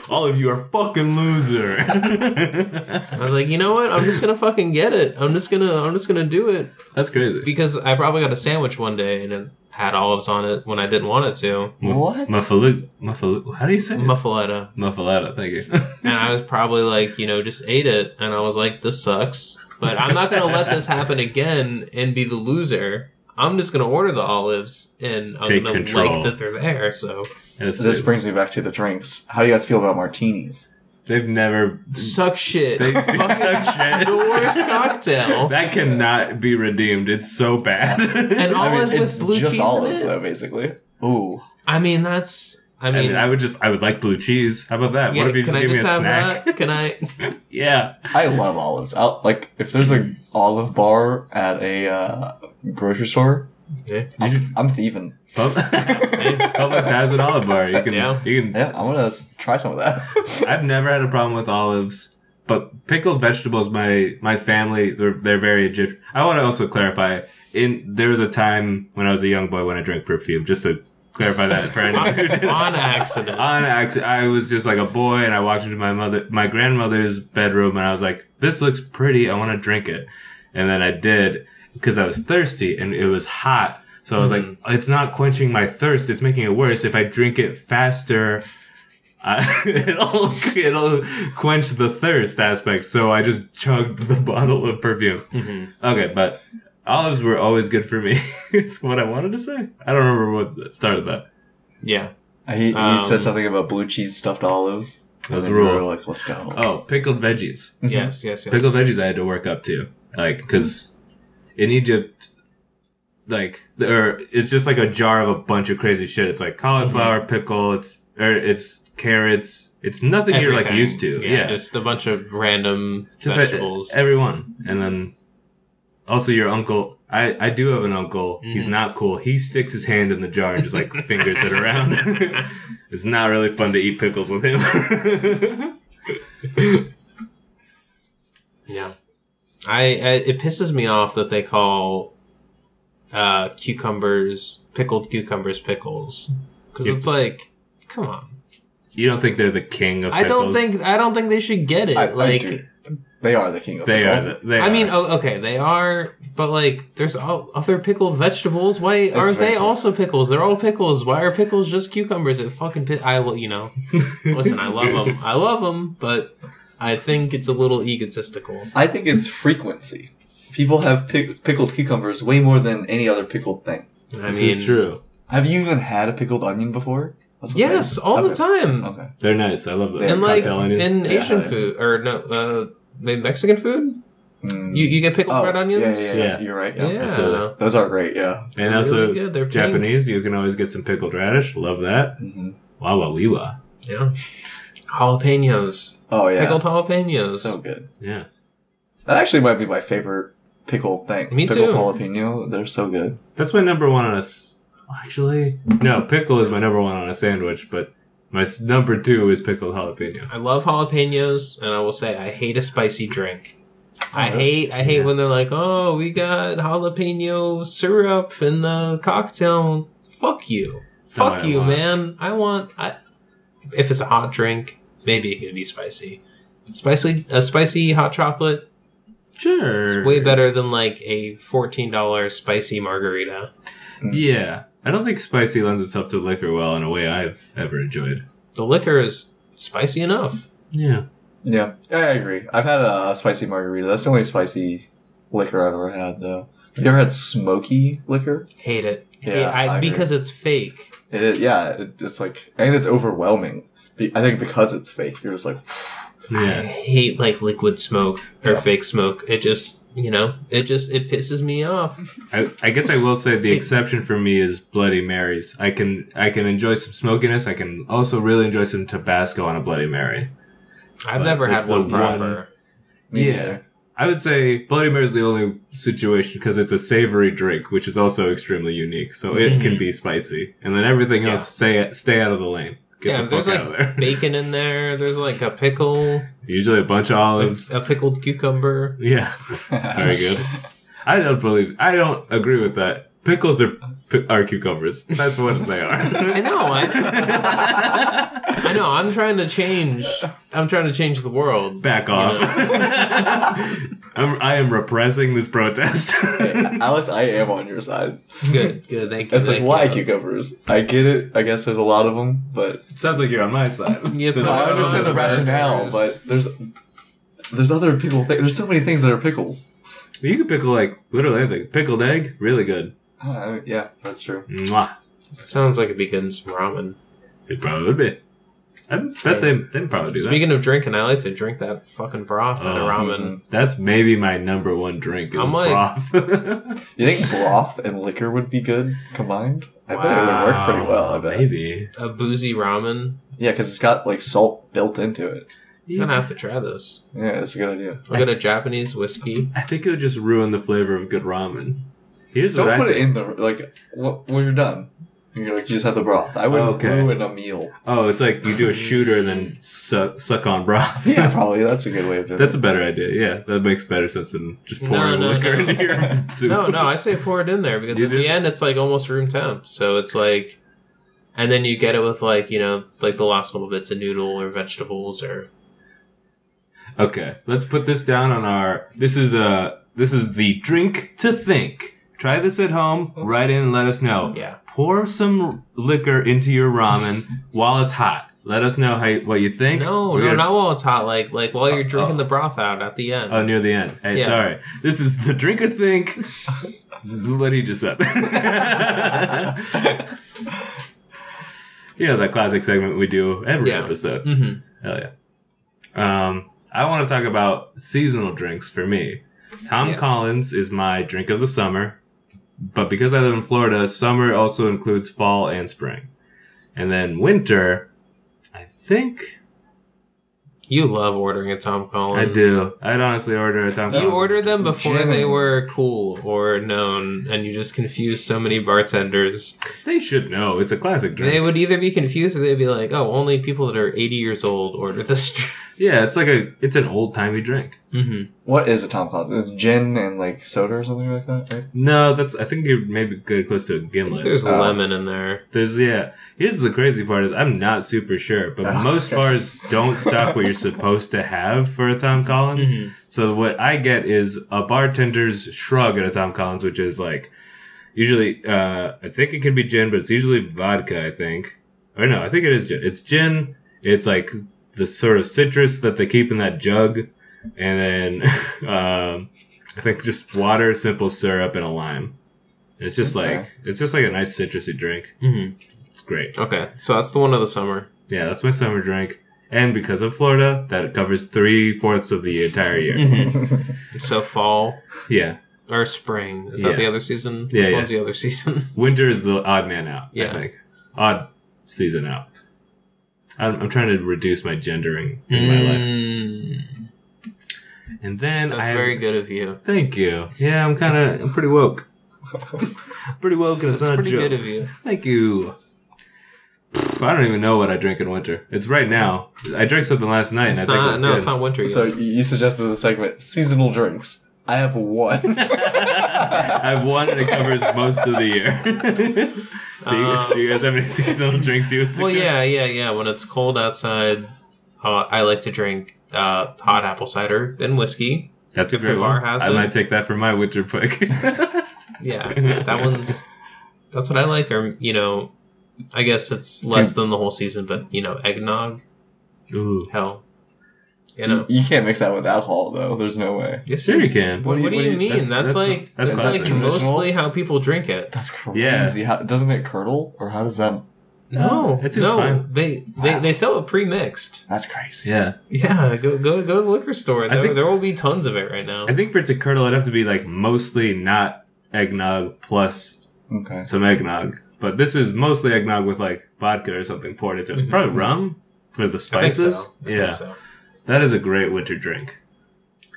All of you are fucking loser. I was like, you know what? I'm just gonna fucking get it. I'm just gonna I'm just gonna do it That's crazy. because I probably got a sandwich one day and it had olives on it when I didn't want it to. What? Muffalu- muffalu- How do you say it? Muffaletta. Muffaletta, thank you. And I was probably like, you know, just ate it and I was like, this sucks. But I'm not gonna let this happen again and be the loser. I'm just gonna order the olives and I'm Take gonna control. like that they're there. So That's This it. brings me back to the drinks. How do you guys feel about martinis? They've never. suck shit. They Fucking suck shit. the worst cocktail. That cannot be redeemed. It's so bad. And olive with blue cheese in it. though, basically. Ooh, I mean, that's I I mean, I mean, would just, I would like blue cheese. How about that? yeah, what if you just can I gave me a just have snack? that? Can I? Yeah. I love olives. I'll, like if there's a olive bar at a uh, grocery store, yeah. You should, I'm, I'm thieving. Pub- Publix has an olive bar. You can, Yeah. you can. Yeah, I want to s- try some of that. I've never had a problem with olives, but pickled vegetables. My my family, they're they're very Egyptian. I want to also clarify. In there was a time when I was a young boy when I drank perfume. Just to clarify that for anyone who didn't. on accident. on accident. I was just like a boy, and I walked into my mother, my grandmother's bedroom, and I was like, "This looks pretty. I want to drink it." And then I did because I was thirsty, and it was hot. So I was like, "It's not quenching my thirst. It's making it worse. If I drink it faster, I, it'll it'll quench the thirst aspect." So I just chugged the bottle of perfume. Okay, but. Olives were always good for me. It's what I wanted to say. I don't remember what started that. Yeah. Mm-hmm. he, he Um, said something about blue cheese stuffed olives. And That's then we raw. were like, let's go. Oh, pickled veggies. Yes. Yes. Yes. pickled veggies I had to work up to, like because in Egypt, like or it's just like a jar of a bunch of crazy shit. It's like cauliflower pickle. It's or it's carrots. It's nothing you're like Everything. used to. Yeah, just, Just a bunch of random like, vegetables. everyone, and then also your uncle. I, I do have an uncle. He's not cool. He sticks his hand in the jar and just like fingers it around. it's not really fun to eat pickles with him. Yeah, I, I it pisses me off that they call uh, cucumbers pickled cucumbers pickles because Yeah. it's like, come on. you don't think they're the king of I pickles? don't think I don't think they should get it. I, I like do. they are the king of they are. pickles. the- They I mean, are. oh, okay, they are, but like, there's all other pickled vegetables. Why aren't very they true. also pickles? They're all pickles. Why are pickles just cucumbers? It fucking pi- I lo- you know, listen, I love them. I love them, but I think it's a little egotistical. I think it's frequency. People have pic- pickled cucumbers way more than any other pickled thing. I this mean, is true. Have you even had a pickled onion before? That's okay. Yes, all the Okay. time. Okay. They're nice. I love those Yeah, and like cocktail onions. in Yeah, Asian yeah. food or no, uh, maybe Mexican food. Mm. You you get pickled Oh, red onions. Yeah, yeah, yeah, Yeah. you're right. Yeah, Yeah. absolutely. Those are great, yeah. and they're also really good. They're pink. Japanese. You can always get some pickled radish. Love that. hmm Wawa wiwa. yeah. Jalapenos, Oh, yeah. pickled jalapenos. so good. Yeah. That actually might be my favorite pickled thing. Me pickled too. jalapeno. They're so good. That's my number one on a. s- Actually, no. Pickle is my number one on a sandwich, but my s- number two is pickled jalapeno. I love jalapenos, and I will say I hate a spicy drink. I hate I hate Yeah. when they're like, oh, we got jalapeno syrup in the cocktail. Fuck you, not fuck what I you, want. man. I want I, if it's a hot drink, maybe it could be spicy. Spicy a spicy hot chocolate Sure. It's way better than like a fourteen dollar spicy margarita. Yeah. I don't think spicy lends itself to liquor well in a way I've ever enjoyed. The liquor is spicy enough. Yeah. Yeah, I agree. I've had a spicy margarita. That's the only spicy liquor I've ever had, though. Have you ever had smoky liquor? Hate it. Yeah, Hate- I, I agree. because it's fake. It is, yeah, it, it's like, and it's overwhelming. Be- I think because it's fake, you're just like, I Yeah. hate like liquid smoke or Yeah. fake smoke. It just you know it just it pisses me off. I, I guess I will say the exception for me is Bloody Marys. I can I can enjoy some smokiness. I can also really enjoy some Tabasco on a Bloody Mary. I've But never it's had the one one- proper. me Yeah. neither. I would say Bloody Mary is the only situation because it's a savory drink, which is also extremely unique. So it can be spicy, and then everything Mm-hmm. Yeah. else stay stay out of the lane. Get Yeah, the fuck there's out of like there. bacon in there. There's like a pickle, Usually a bunch of olives. a pickled cucumber. yeah, very good. I don't believe. I don't agree with that. Pickles are pi- are cucumbers. That's what they I are. know. I, I know. I'm trying to change. I'm trying to change the world. Back off. I'm, I am repressing this protest. Alex, I am on your side. Good. Good. Thank you. It's like, thank why you. cucumbers? I get it. I guess there's a lot of them, but Sounds like you're on my side. Yeah, There's but a I lot of understand the other rationale, varietals. but there's there's other people. Th- there's so many things that are pickles. you can pickle like literally anything. Pickled egg, really good. Uh, yeah, that's true. Mwah. Sounds like it'd be good in some ramen. It probably would be. I bet they they'd probably do Speaking of drinking, I like to drink that fucking broth out of Oh. ramen. that. That's maybe my number one drink is I'm like- broth. You think broth and liquor would be good combined? I bet it would work pretty well. I Wow, bet. Maybe. A boozy ramen. Yeah, because it's got like salt built into it. I'm gonna have to try this. Yeah, that's a good idea. I'll get a Japanese whiskey. I think it would just ruin the flavor of good ramen. Here's Don't what put I it think. in the like wh- when you're done. You're like you just have the broth. I would Okay. ruin a meal. Oh, it's like you do a shooter and then suck, suck on broth. Mm. Yeah, probably that's a good way of doing That's it. a better idea. Yeah, that makes better sense than just No, pouring no, liquor no. into your soup. No, no, I say pour it in there because You at do? the end it's like almost room temp. So it's like, and then you get it with like you know like the last little bits of noodle or vegetables or Okay, let's put this down on our. This is a. This is the drink to think. Try this at home. Write in and let us know. Yeah. Pour some liquor into your ramen while it's hot. Let us know how you, what you think. no, We're no, gonna- not while it's hot. Like like while you're Uh, drinking the uh. broth out at the end. Oh, near the end. Hey, Yeah. sorry. This is the drink or think. what he just said. you know that classic segment we do every Yeah. episode. hmm Hell yeah. Um, I want to talk about seasonal drinks for me. Tom Yes. Collins is my drink of the summer, but because I live in Florida, summer also includes fall and spring. And then winter, I think You love ordering at Tom I Collins. do. I'd honestly order a Tom Collins. You ordered them before Jim. they were cool or known, and you just confused so many bartenders. they should know. It's a classic drink. They would either be confused or they'd be like, "Oh, only people that are 80 years old order this." drink." yeah, it's like a it's an old timey drink. Mm-hmm. What is a Tom Collins? It's gin and like soda or something like that, right? No, that's I think you're maybe good close to a gimlet. There's Uh, lemon in there. There's yeah. Here's the crazy part is I'm not super sure, but Oh, most okay. bars don't stock what you're supposed to have for a Mm-hmm. Tom Collins. So what I get is a bartender's shrug at a Tom Collins, which is like usually uh, I think it can be gin, but it's usually vodka. I think or no, I think it is gin. It's gin. It's like the sort of citrus that they keep in that jug, and then um, I think just water, simple syrup, and a lime. It's just Okay. like it's just like a nice citrusy drink. Mm-hmm. It's great. Okay, so that's the one of the summer. Yeah, that's my summer drink. And because of Florida, that covers three fourths of the entire year. So fall yeah. or spring is Mm-hmm. Yeah. that the other season? Yeah, Which yeah. one's the other season? Winter is the odd man out, I Yeah. think. Odd season out. I'm, I'm trying to reduce my gendering in my life. Mm, And then That's I- very good of you. Thank you. Yeah, I'm kind of. I'm pretty woke. pretty woke, and it's That's not pretty a joke. good of you. Thank you. Pff, I don't even know what I drink in winter. It's right now. I drank something last night. It's and I think not. it was No, good. it's not winter yet. So you you suggested the segment seasonal drinks. I have one. I have one and it covers most of the year. do, you, do you guys have any seasonal drinks you would Um, well, suggest? yeah, yeah, yeah. When it's cold outside, uh, I like to drink uh, hot apple cider and whiskey. That's a If the great bar one. has I it. might take that for my winter pick. Yeah, that one's. That's what I like. Or you know, I guess it's less than the whole season, but you know, eggnog. Ooh. Hell, you know. You can't mix that with alcohol though. There's no way. Yes, Sure you can. What, what do you, mean? that's- That's, that's like not- that's that's, classic. like Traditional? mostly how people drink it. That's Yeah. crazy. How, doesn't it curdle or how does that? No, That seems no, fine. they they they sell it pre-mixed. That's crazy. Yeah. Yeah, go go go to the liquor store. There, think- there will be tons of it right now. I think for it to curdle, it'd have to be like mostly not eggnog plus Okay. some eggnog. But this is mostly eggnog with like vodka or something poured into it. Probably rum for the Mm-hmm. I think so. spices. I yeah. think so. That is a great winter drink.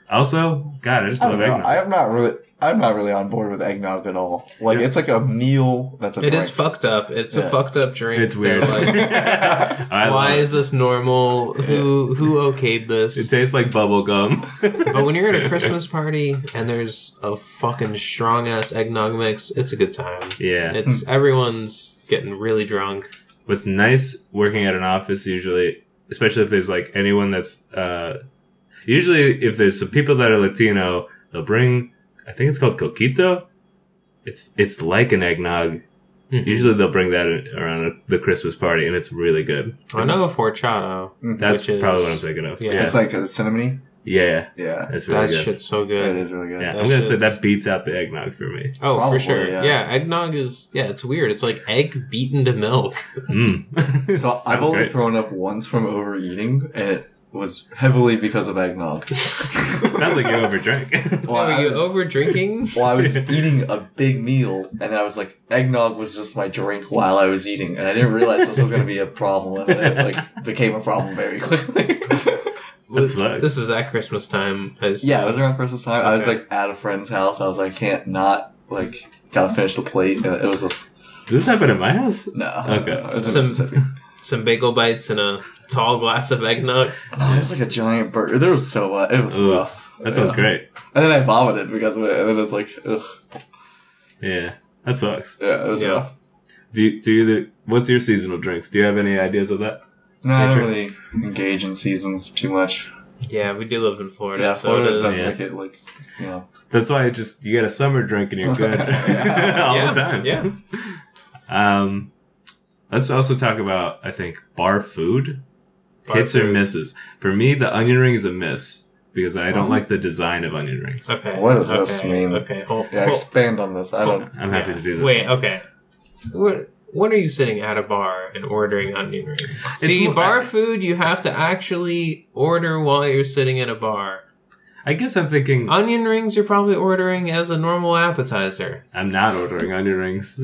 Also, God, I just Oh, I love don't know. eggnog. I'm not really. I'm not really on board with eggnog at all. Like it's like a meal. That's a It drink. is fucked up. It's a Yeah. fucked up drink. It's They're weird. like, I why love it. is this normal? Who who okayed this? It tastes like bubble gum. But when you're at a Christmas party and there's a fucking strong ass eggnog mix, it's a good time. yeah. It's everyone's getting really drunk. What's nice working at an office usually, especially if there's like anyone that's, uh, usually if there's some people that are Latino, they'll bring, I think it's called coquito. It's, it's like an eggnog. Usually they'll bring that in- around the Christmas party and it's really good. I know of Oh, horchata. Mhm. That's Which is- probably what I'm thinking of. yeah. Yeah. It's like a cinnamony. Yeah, Yeah, that's really That good. shit's so it good. is really good. yeah, that I'm gonna say shit's- that beats out the eggnog for me. Oh, Probably, for sure. yeah. Yeah. eggnog is yeah, it's weird. It's like egg beaten to milk. Mm. So Sounds I've only great. thrown up once from overeating, and it was heavily because of eggnog. Sounds like you overdrank. Well, Are I you was- over drinking? Well, I was eating a big meal, and then I was like, eggnog was just my drink while I was eating, and I didn't realize this was going to be a problem, and then it like became a problem very quickly. this, sucks. this is at Christmas time. As yeah, it was around Christmas time. I was Okay. like at a friend's house. I was like, I can't not like gotta finish the plate, and it was just Did this happen at my house? no. Okay. it was in Some- Mississippi. some bagel bites and a tall glass of eggnog. Oh, it was like a giant burger. There was so much. It was Ugh, rough. That sounds Yeah. great. And then I vomited because of it, and then it's like, ugh, Yeah, that sucks. yeah, it was Yeah. rough. Do you, do you the, what's your seasonal drinks? Do you have any ideas of that? No, I don't Nature. really engage in seasons too much. Yeah, we do live in Florida, yeah, so Florida it is. does Yeah. like it, like you know. That's why it just you get a summer drink and you're good Yeah. all yeah, the time. Yeah. Um, let's also talk about I think bar food Bar hits or food. misses. For me, the onion ring is a miss because I don't Oh. like the design of onion rings. Okay. What does this okay, mean? Okay. Hold, Yeah, hold- expand on this. I don't. I'm happy to do that. Wait, okay. What? When are you sitting at a bar and ordering onion rings? It's See, more- bar food you have to actually order while you're sitting at a bar. I guess I'm thinking Onion rings you're probably ordering as a normal appetizer. I'm not ordering onion rings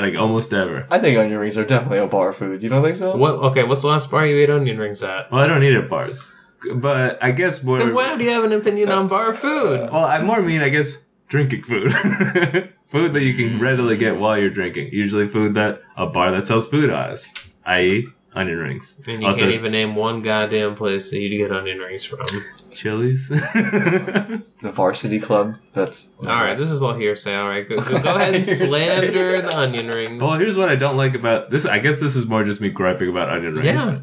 like almost ever. I think onion rings are definitely a bar food. You don't think so? What? Okay, what's the last bar you ate onion rings at? Well, I don't eat at bars, but I guess more. Then why do you have an opinion on bar food? Well, I more mean, I guess, drinking food. food that you can readily get while you're drinking. Usually food that a bar that sells food has, i.e., onion rings. And you also, can't even name one goddamn place that you get onion rings from. Chili's. The varsity club. That's All right, this is all hearsay. All right, go, go, go ahead and Hearsay. slander the onion rings. well, here's what I don't like about this. I guess this is more just me griping about onion rings. yeah,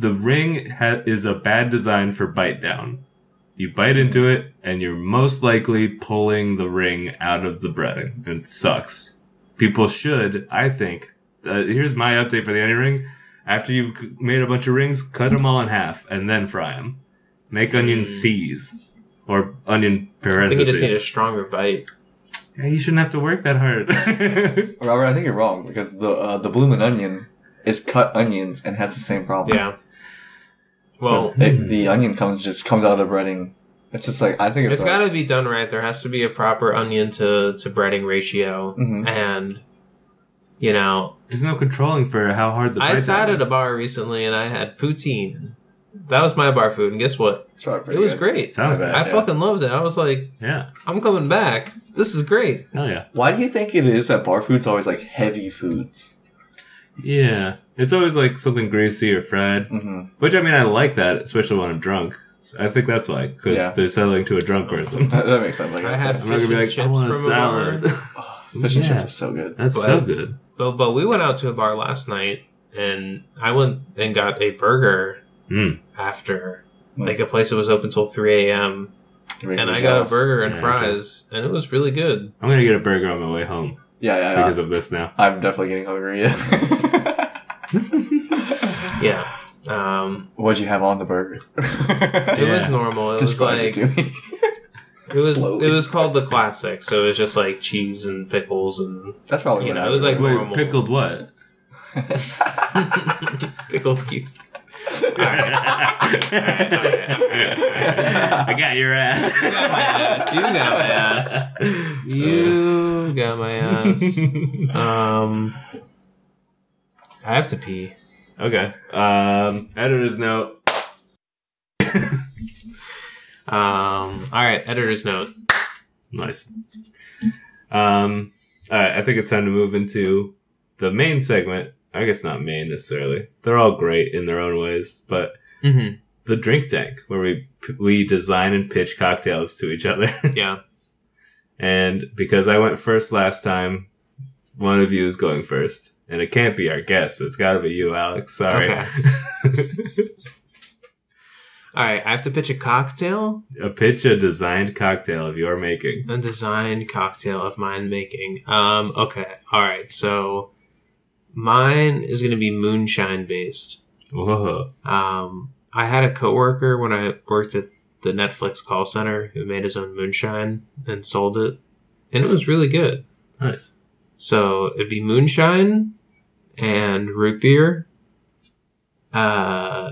The ring ha- is a bad design for bite down. You bite into it, and you're most likely pulling the ring out of the breading. It sucks. People should, I think. Uh, here's my update for the onion ring. After you've c- made a bunch of rings, cut them all in half and then fry them. Make onion C's or onion Hmm. I think you just need a parentheses. stronger bite. Yeah, you shouldn't have to work that hard. Robert, I think you're wrong because the uh, the bloomin' onion is cut onions and has the same problem. Yeah. Well, It, the onion comes just comes out of the breading. It's just like I think it's, it's got to be done right. There has to be a proper onion to to breading ratio, Mm-hmm. Mhm. and you know, There's no controlling for how hard the. I bite sat down at is. a bar recently and I had poutine. That was my bar food, and guess what? it's probably pretty it was good. great. Sounds My bad. bad. I yeah. fucking loved it. I was like, Yeah. I'm coming back. This is great. Hell yeah. Why do you think it is that bar food's always like heavy foods? Yeah, it's always like something greasy or fried. Mm-hmm. Which I mean, I like that, especially when I'm drunk. So I think that's why, because Yeah. they're selling to a drunk person. That, that makes sense. Like I had I'm not gonna fish be and like, I chips want from a a bar. salad. fish and Yeah. chips is so good. That's But- so good. But but we went out to a bar last night, and I went and got a burger Mm. after, Mm. like a place that was open till three a.m. You're making And me I got a jealous. burger and Yeah, I'm fries, and it was really good. I'm gonna get a burger on my way home Yeah, yeah, yeah. because of this now. I'm definitely getting hungry. Yeah. Yeah, um, What'd you have on the burger? it it was Yeah. normal. It was Describe like it to me. it was slowly. it was called the classic, so it was just like cheese and pickles and That's probably you what know, I it was would like- order. Wait, Normal. pickled what? pickled cube. I got your ass. You got my ass. You got my ass. Uh, Um, I have to pee. okay. Um, editor's note. Um, all right, editor's note. Nice. Um, all right, I think it's time to move into the main segment. I guess not main necessarily. They're all great in their own ways, but Mm-hmm. the drink tank where we we design and pitch cocktails to each other. Yeah. and because I went first last time, one of you is going first, and it can't be our guest. So it's got to be you, Alex. Sorry. Okay. All right, I have to pitch a cocktail, a pitch a designed cocktail of your making. a designed cocktail of mine making. Um, okay. All right, so mine is going to be moonshine based. Whoa. Um, I had a coworker when I worked at the Netflix call center who made his own moonshine and sold it, and it was really good. Nice. So it'd be moonshine and root beer. Uh,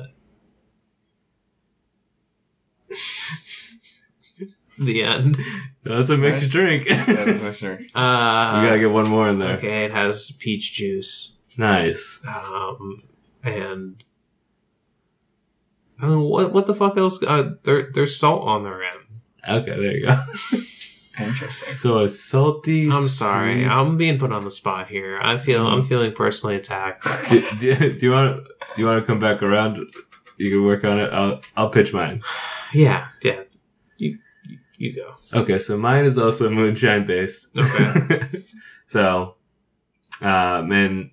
the end. That's what makes Nice. you drink. That you is my sure. Uh, gotta get one more in there. okay, it has peach juice. Nice. Um, and I mean, what what the fuck else? Uh, there, there's salt on the rim. Okay, there you go. Interesting. So a salty. I'm sorry, sweet- Mm-hmm. I'm being put on the spot here. I feel I'm feeling personally attacked. do, do, do you want? Do you want to come back around? You can work on it. I'll I'll pitch mine. Yeah, yeah. You you, you go. Okay, so mine is also moonshine based. Okay. so, um, and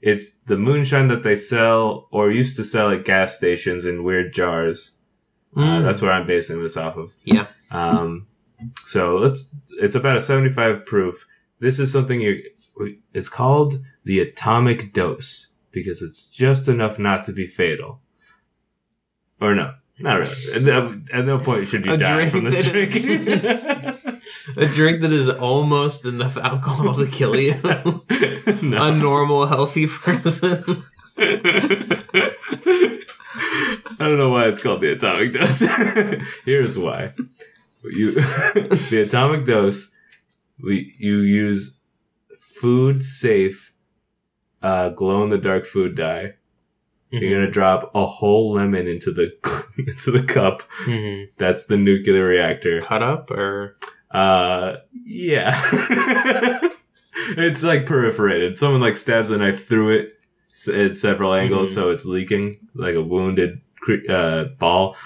it's the moonshine that they sell or used to sell at gas stations in weird jars. Mm. Uh, that's what I'm basing this off of. Hmm. Yeah. Um, so let's. It's about a 75 proof. This is something you. It's called the atomic dose because it's just enough not to be fatal. Or no, not really. At no- At no point should you A die drink from this that drink. is- a drink that is almost enough alcohol to kill you. no. A normal, healthy person. I don't know why it's called the atomic dose. Here's why. You the atomic dose we you use food safe uh, glow in the dark food dye. You're gonna drop a whole lemon into the into the cup. Mhm. That's the nuclear reactor. Cut up or Uh, yeah. it's like perforated. Someone like stabs a knife through it s- at several angles, Mhm. so it's leaking like a wounded cre- uh, ball.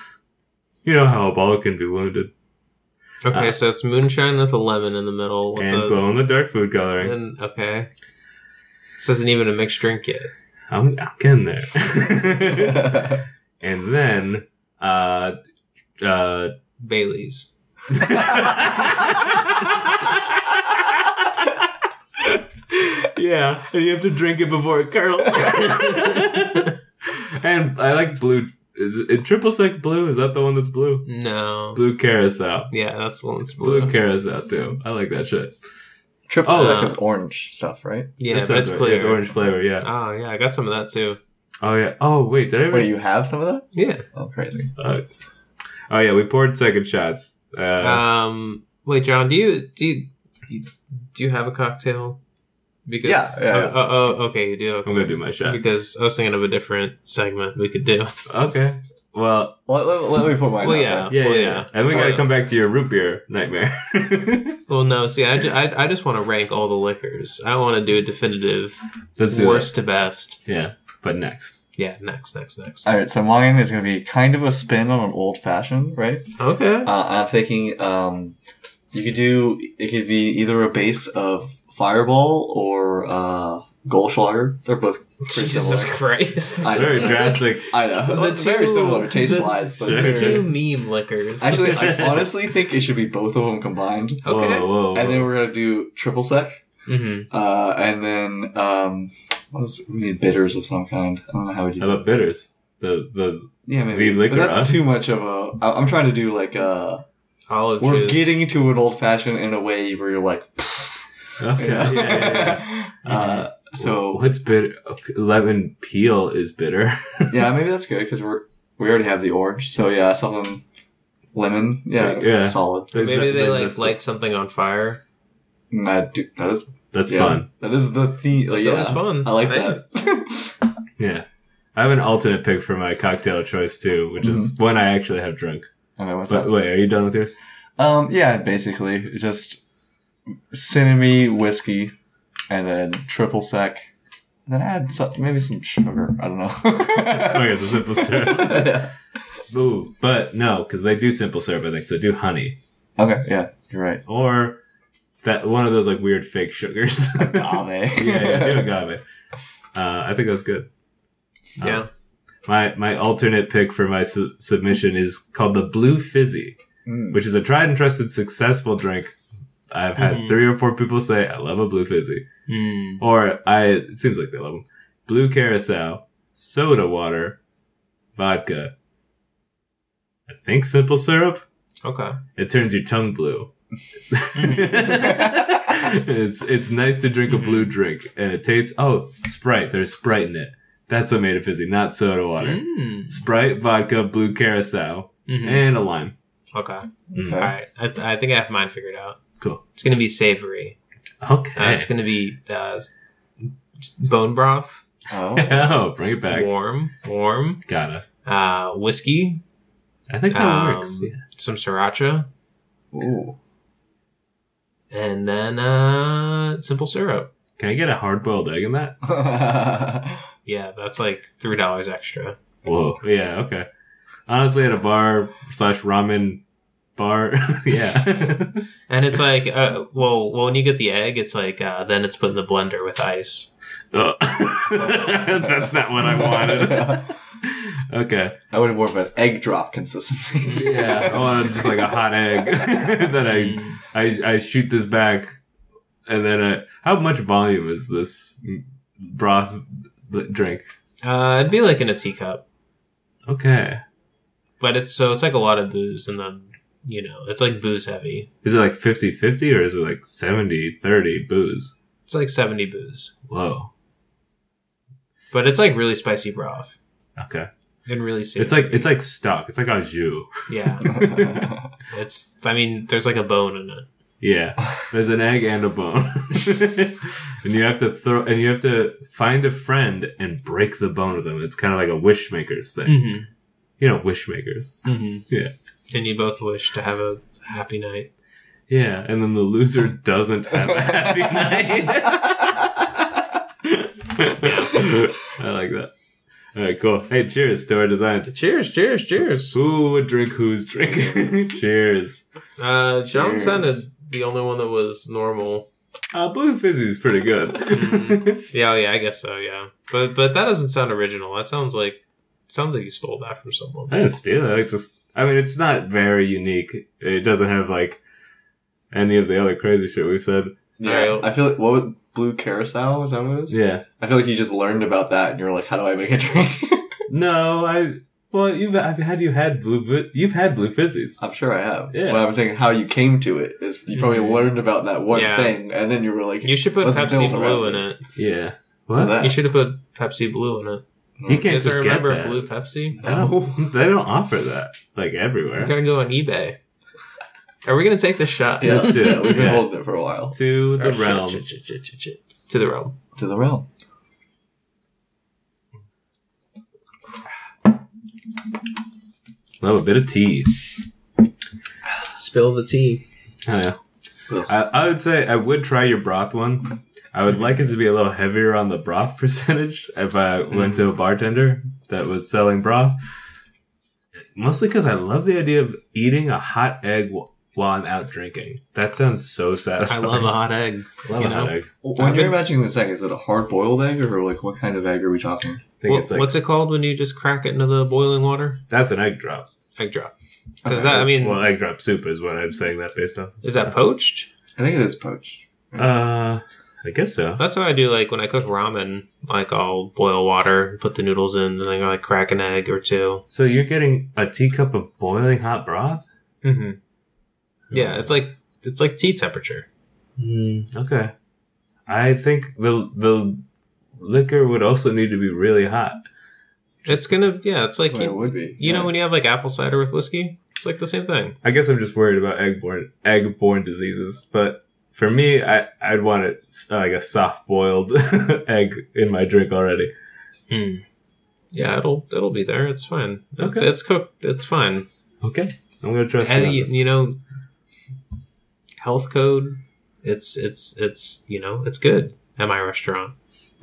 You know how a ball can be wounded. okay, Uh, so it's moonshine with a lemon in the middle. With and a, glow in the dark food coloring. Then okay. This isn't even a mixed drink yet. I'm, I'm getting there. and then, uh, uh, Bailey's. yeah, and you have to drink it before it curdles. and I like blue. Is it triple sec blue? Is that the one that's blue? No. Blue carousel. Yeah, that's the one that's blue. Blue carousel too. I like that shit. Triple Oh. sec uh, is orange stuff, right? yeah, That but sounds it's right. clear. It's orange flavor. Yeah. Oh yeah, I got some of that too. Oh yeah. Oh wait, did I? Ever... Wait, you have some of that? Yeah. Oh, crazy. Oh yeah, we poured second shots. Uh, Um. Wait, John. Do you do you, you- do you have a cocktail? Because Yeah, yeah, yeah. Oh, oh, oh, okay, you do. I'm gonna do my shot. Because I was thinking of a different segment we could do. Okay. Well, Let, let, let me put mine. Well, out yeah. yeah, Well, yeah, yeah. yeah. And we gotta Well- come back to your root beer nightmare. Well, no. See, I, ju- I, I just want to rank all the liquors. I want to do a definitive Let's do worst to best. that. Yeah, but next. Yeah. Next. Next. Next. All right, so mine is going to be kind of a spin on an old fashioned, right? Okay. Uh, I'm thinking um, you could do it could be either a base of Fireball or uh, Goldschlager. They're both pretty Jesus similar. Christ. I- Very drastic. I know The very two- similar taste wise, the, but Sure. the very- two meme liquors. actually, I honestly think it should be both of them combined. okay. Whoa, whoa, whoa. And then we're gonna do triple sec, Mm-hmm. uh, and then um, what is we need bitters of some kind. I don't know how we do How that. about bitters? The the Yeah, maybe. the liquor but that's up? too much of a. I- I'm trying to do like a. Olive We're juice. getting to an old fashioned in a way where you're like, okay. Yeah, yeah, yeah. Uh, so what's bitter? Okay, lemon peel is bitter. yeah, maybe that's good because we're we already have the orange. So yeah, something lemon. Yeah, Yeah. solid. Maybe they like That's- light something on fire. Mm, That, do- that is That's yeah, fun. That is the theme. Like, It's yeah, always fun. I like Thank that. Yeah, I have an alternate pick for my cocktail choice too, which is one I actually have drunk. okay, Mm-hmm. what's But up? wait, are you done with yours? Um, yeah, basically just cinnamon whiskey, and then triple sec. and Then add some, maybe some sugar. I don't know. Okay, it's a simple syrup. yeah. Ooh, but no, because they do simple syrup. I think so. Do honey Okay. Yeah, you're right. or that one of those like weird fake sugars. Agave. yeah, yeah, do agave. Uh, I think that's good. Uh, Yeah. My my alternate pick for my su- submission is called the Blue Fizzy, Mm. which is a tried and trusted successful drink. I've had Mm-hmm. Mhm. three or four people say I love a Blue Fizzy, Mm. or I it seems like they love them. Blue Carousel, soda water, vodka, I think simple syrup. Okay. It turns your tongue blue. it's it's nice to drink a blue drink, and it tastes. Oh, Sprite. There's Sprite in it. That's what made it fizzy, not soda water. Mm. Sprite, vodka, blue carousel, Mhm. and a lime. Mm. Okay. Okay. All right. I, th- I think I have mine figured out. Cool. It's gonna be savory. Uh, Okay. It's gonna be uh, s- bone broth, Oh. oh, bring it back. warm, warm, Gotta. uh, whiskey, I think that Um, works. Yeah. some sriracha, Ooh. and then uh, simple syrup. Can I get a hard boiled egg in that? Yeah, that's like three dollars extra. Whoa. Yeah. Okay. Honestly, at a bar slash ramen bar. yeah. And it's like, uh, well, well, when you get the egg, it's like uh, then it's put in the blender with ice. Oh. That's not what I wanted. okay. I would have more of an egg drop consistency. Yeah. I wanted just like a hot egg that I, Mm. I I shoot this back, and then I, how much volume is this broth drink? Uh, it'd be like in a teacup, Okay. but it's so it's like a lot of booze, and then you know it's like booze heavy. Is it like 50 50 or is it like 70 30 booze? It's like seventy booze, Whoa. but it's like really spicy broth Okay. and really savory. It's like it's like stock. It's like au jus. yeah, it's. I mean, there's like a bone in it. Yeah, there's an egg and a bone, and you have to throw and you have to find a friend and break the bone with them. It's kind of like a wish makers thing, Mm-hmm. you know, wish makers. Mm-hmm. Yeah. And you both wish to have a happy night. Yeah, and then the loser doesn't have a happy night. I like that. All right, cool. Hey, cheers to our designs. Cheers! Cheers! Cheers! Who would drink who's drinking? cheers. Uh, John Cheers. sounded the only one that was normal. Uh, blue fizzy's pretty good. Yeah, oh, yeah, I guess so. Yeah, but but that doesn't sound original. That sounds like sounds like you stole that from someone. I didn't steal it. I just, I mean, it's not very unique. It doesn't have like any of the other crazy shit we've said. yeah. I feel like what would blue carousel is that what it is? Yeah. I feel like you just learned about that and you're like, how do I make a drink? No, I. Well, you've I've had you had blue, but you've had blue fizzies. I'm sure I have. Yeah. Mm-hmm. But I'm saying how you came to it is you probably learned about that one Yeah. thing and then you were like, You should put Let's Pepsi build Blue in around it. Yeah. What's What? that? You should have put Pepsi Blue in it. You can't Because I just get remember that. Blue Pepsi. No, they don't offer that like I'm everywhere. gonna go on eBay. Are we gonna take the shot? Yeah, Let's do it. We've been Yeah. holding it for a while. To the Or Oh, shit, realm. shit, shit, shit, shit, shit. To the realm. To the realm. Love a bit of tea. Spill the tea. Oh, yeah. I, I would say I would try your broth one. I would like it to be a little heavier on the broth percentage if I went Mm-hmm. to a bartender that was selling broth. Mostly because I love the idea of eating a hot egg wh- while I'm out drinking. That sounds so I satisfying. love a hot egg. Love you a hot know? egg. When I've you're been- imagining this egg, is it a hard boiled egg or like what kind of egg are we talking? I think Wha- it's like, What's it called when you just crack it into the boiling water? that's an egg drop. Egg drop. Does Okay. that? I mean, Well, egg drop soup is what I'm saying that based on. is that poached? I think it is poached. Mm-hmm. Uh, I guess so. That's how I do. Like when I cook ramen, like I'll boil water, put the noodles in, and then I like crack an egg or two. So you're getting a teacup of boiling hot broth? Mm-hmm. Yeah, it's like it's like tea temperature. Mm, okay. I think the the liquor would also need to be really hot. It's gonna yeah. It's like Well, it you, would be. you know yeah. when you have like apple cider with whiskey, it's like the same thing. I guess I'm just worried about eggborne eggborne diseases, but for me, I I'd want it s- like a soft boiled egg in my drink already. Hmm. Yeah, it'll it'll be there. It's fine. It's, Okay. it's cooked. It's fine. Okay, I'm gonna trust you. And on you, this. you know, health code. It's it's it's you know it's good at my restaurant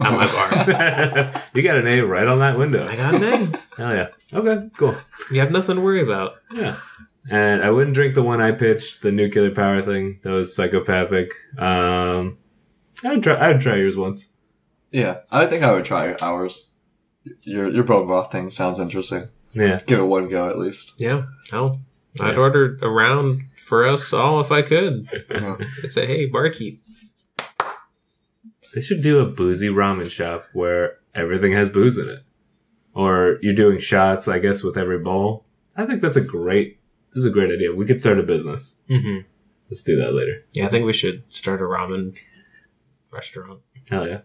at my bar. you got an A right on that window. I got an egg. Hell yeah. Okay, cool. You have nothing to worry about. Yeah. And I wouldn't drink the one I pitched, the nuclear power thing. That was psychopathic. Um, I would try. I would try yours once. Yeah, I think I would try ours. Your your bone broth thing sounds interesting. Yeah. Give it one go at least. Yeah, hell, I'd Yeah. order a round for us all if I could. Yeah. I'd say, hey, barkeep. They should do a boozy ramen shop where everything has booze in it. Or you're doing shots, I guess, with every bowl. I think that's a great. This is a great idea. We could start a business. hmm Let's do that later. Yeah, I think we should start a ramen restaurant. Hell yeah,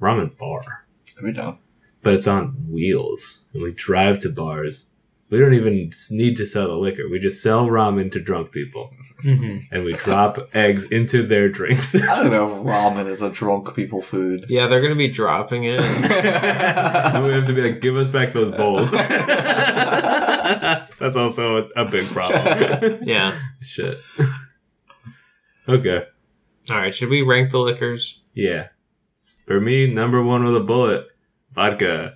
ramen bar, I'd be down. but it's on wheels, and we drive to bars. We don't even need to sell the liquor. We just sell ramen to drunk people, Mm-hmm. and we drop eggs into their drinks. I don't know if ramen is a drunk people food. Yeah, they're gonna be dropping it. and we have to be like, give us back those bowls. That's also a, a big problem. yeah. Shit. Okay. All right. Should we rank the liquors? Yeah. For me, number one with a bullet, vodka.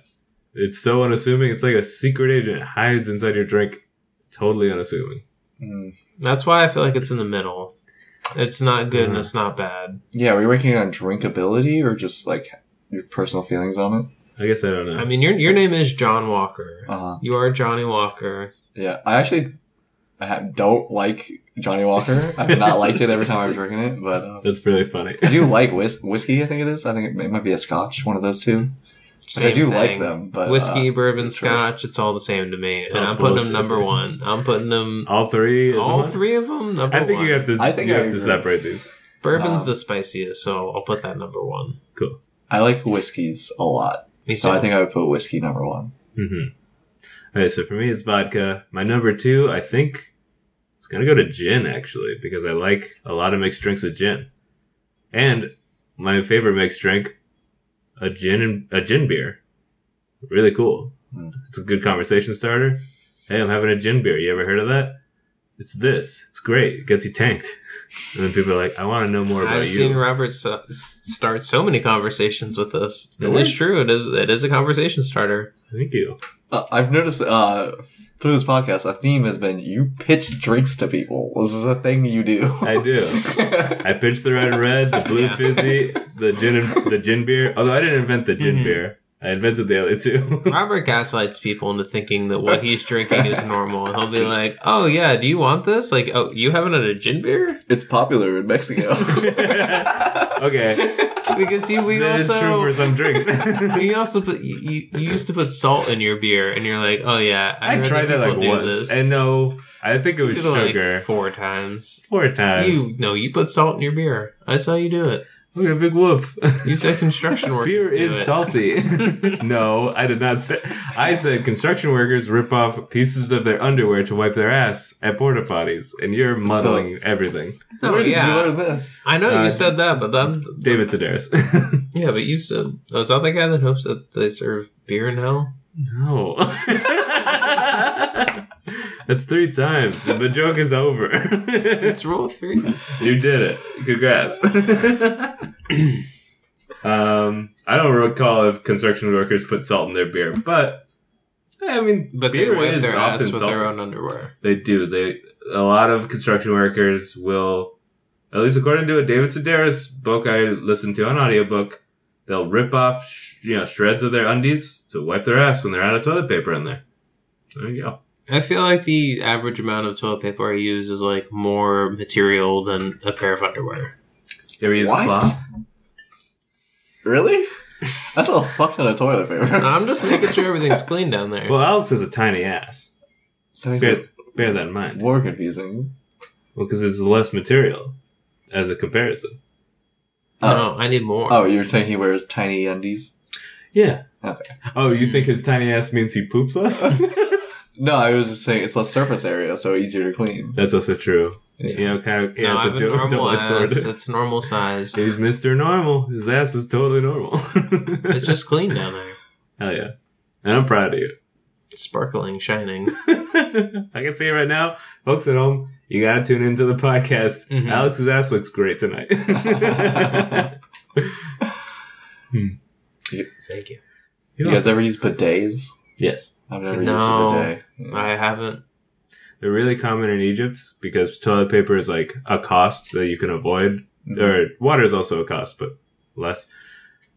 It's so unassuming. It's like a secret agent hides inside your drink. Totally unassuming. Mm. That's why I feel like it's in the middle. It's not good and Mhm. it's not bad. Yeah, were you ranking on drinkability or just like your personal feelings on it? I guess I don't know. I mean, your your name is John Walker. Uh huh. You are Johnny Walker. Yeah, I actually I ha- don't like Johnny Walker. I've not liked it every time I've drinking it, but um, that's really funny. I do like whis- whiskey. I think it is. I think it, may- might be a Scotch, one of those two. Like, I Same do thing. like them, but uh, Whiskey, bourbon, it's really- scotch, it's all the same to me. It's and all I'm putting them bullshit, number dude. one. I'm putting them All three. Is all one? three of them number I think one. you have to. I think you I have to agree. separate these. Bourbon's Um, the spiciest, so I'll put that number one. Cool. I like whiskeys a lot, Me so too. I think I would put whiskey number one. Mm-hmm. Okay, so for me, it's vodka. My number two, I think, it's gonna go to gin actually because I like a lot of mixed drinks with gin, and my favorite mixed drink, a gin and a gin beer. Really cool. Hmm. Mm. It's a good conversation starter. Hey, I'm having a gin beer. You ever heard of that? It's this. It's great. It gets you tanked. and then people are like, I want to know more about I've you. seen Robert so- s- start so many conversations with us. It Really? is true. It is it is a conversation starter. Thank you. Uh, I've noticed uh, through this podcast, a theme has been you pitch drinks to people. This is a thing you do. I do. I pitched the red and red, the blue Yeah. fizzy, the gin and the gin beer. Although I didn't invent the gin Mhm. beer, I invented the other two. Robert gaslights people into thinking that what he's drinking is normal. He'll be like, "Oh yeah, do you want this? Like, oh, you haven't had a gin beer?" it's popular in Mexico. Oh, okay, Because you we that is true for also some drinks. we also put you, you you used to put salt in your beer, and you're like, "Oh yeah, I heard tried that people like do once, and no, I think it was Did it, like, sugar four times. four times. You no, you put salt in your beer. I saw you do it. Look at a big whoop. You said construction workers Beer do is it. salty. no, I did not say. I said construction workers rip off pieces of their underwear to wipe their ass at porta potties, and you're muddling everything. No, Where did Oh, yeah. you learn this? I know Uh, you said that, but that David Sedaris. yeah, but you said oh, is that the guy that hopes that they serve beer now? No. That's three times. The joke is over. It's rule three. you did it. Congrats. um, I don't recall if construction workers put salt in their beer, but I mean, But they beer wipe is their ass often with salty. their own underwear. They do. They a lot of construction workers will, at least according to a David Sedaris book I listened to on audiobook, they'll rip off sh- you know shreds of their undies to wipe their ass when they're out of toilet paper in there. There you go. I feel like the average amount of toilet paper I use is like more material than a pair of underwear. There he is. What? Cloth. Really? That's a fuck ton of toilet paper. I'm just making sure everything's clean down there. Well, Alex has a tiny ass. That makes Bear, it bear that in mind. more confusing. Well, because it's less material as a comparison. uh, no, I need more. Oh, you're saying he wears tiny undies? Yeah. Okay. Oh, you think his tiny ass means he poops less? No, I was just saying it's less surface area, so easier to clean. That's also true. Yeah. You know, kind of. no, Yeah, I it's have a a dou- normal double ass. sword. It's normal size. He's Mr. Normal. His ass is totally normal. It's just clean down there, Hell yeah. And I'm proud of you. sparkling, shining. I can see it right now. Folks at home, you gotta tune into the podcast. Mm-hmm. Mhm. Alex's ass looks great tonight. Thank you. You guys ever use bidets? yes. I've never No. used a bidet. Yeah. I haven't. They're really common in Egypt because toilet paper is like a cost that you can avoid. Mm-hmm. Or water is also a cost, but less.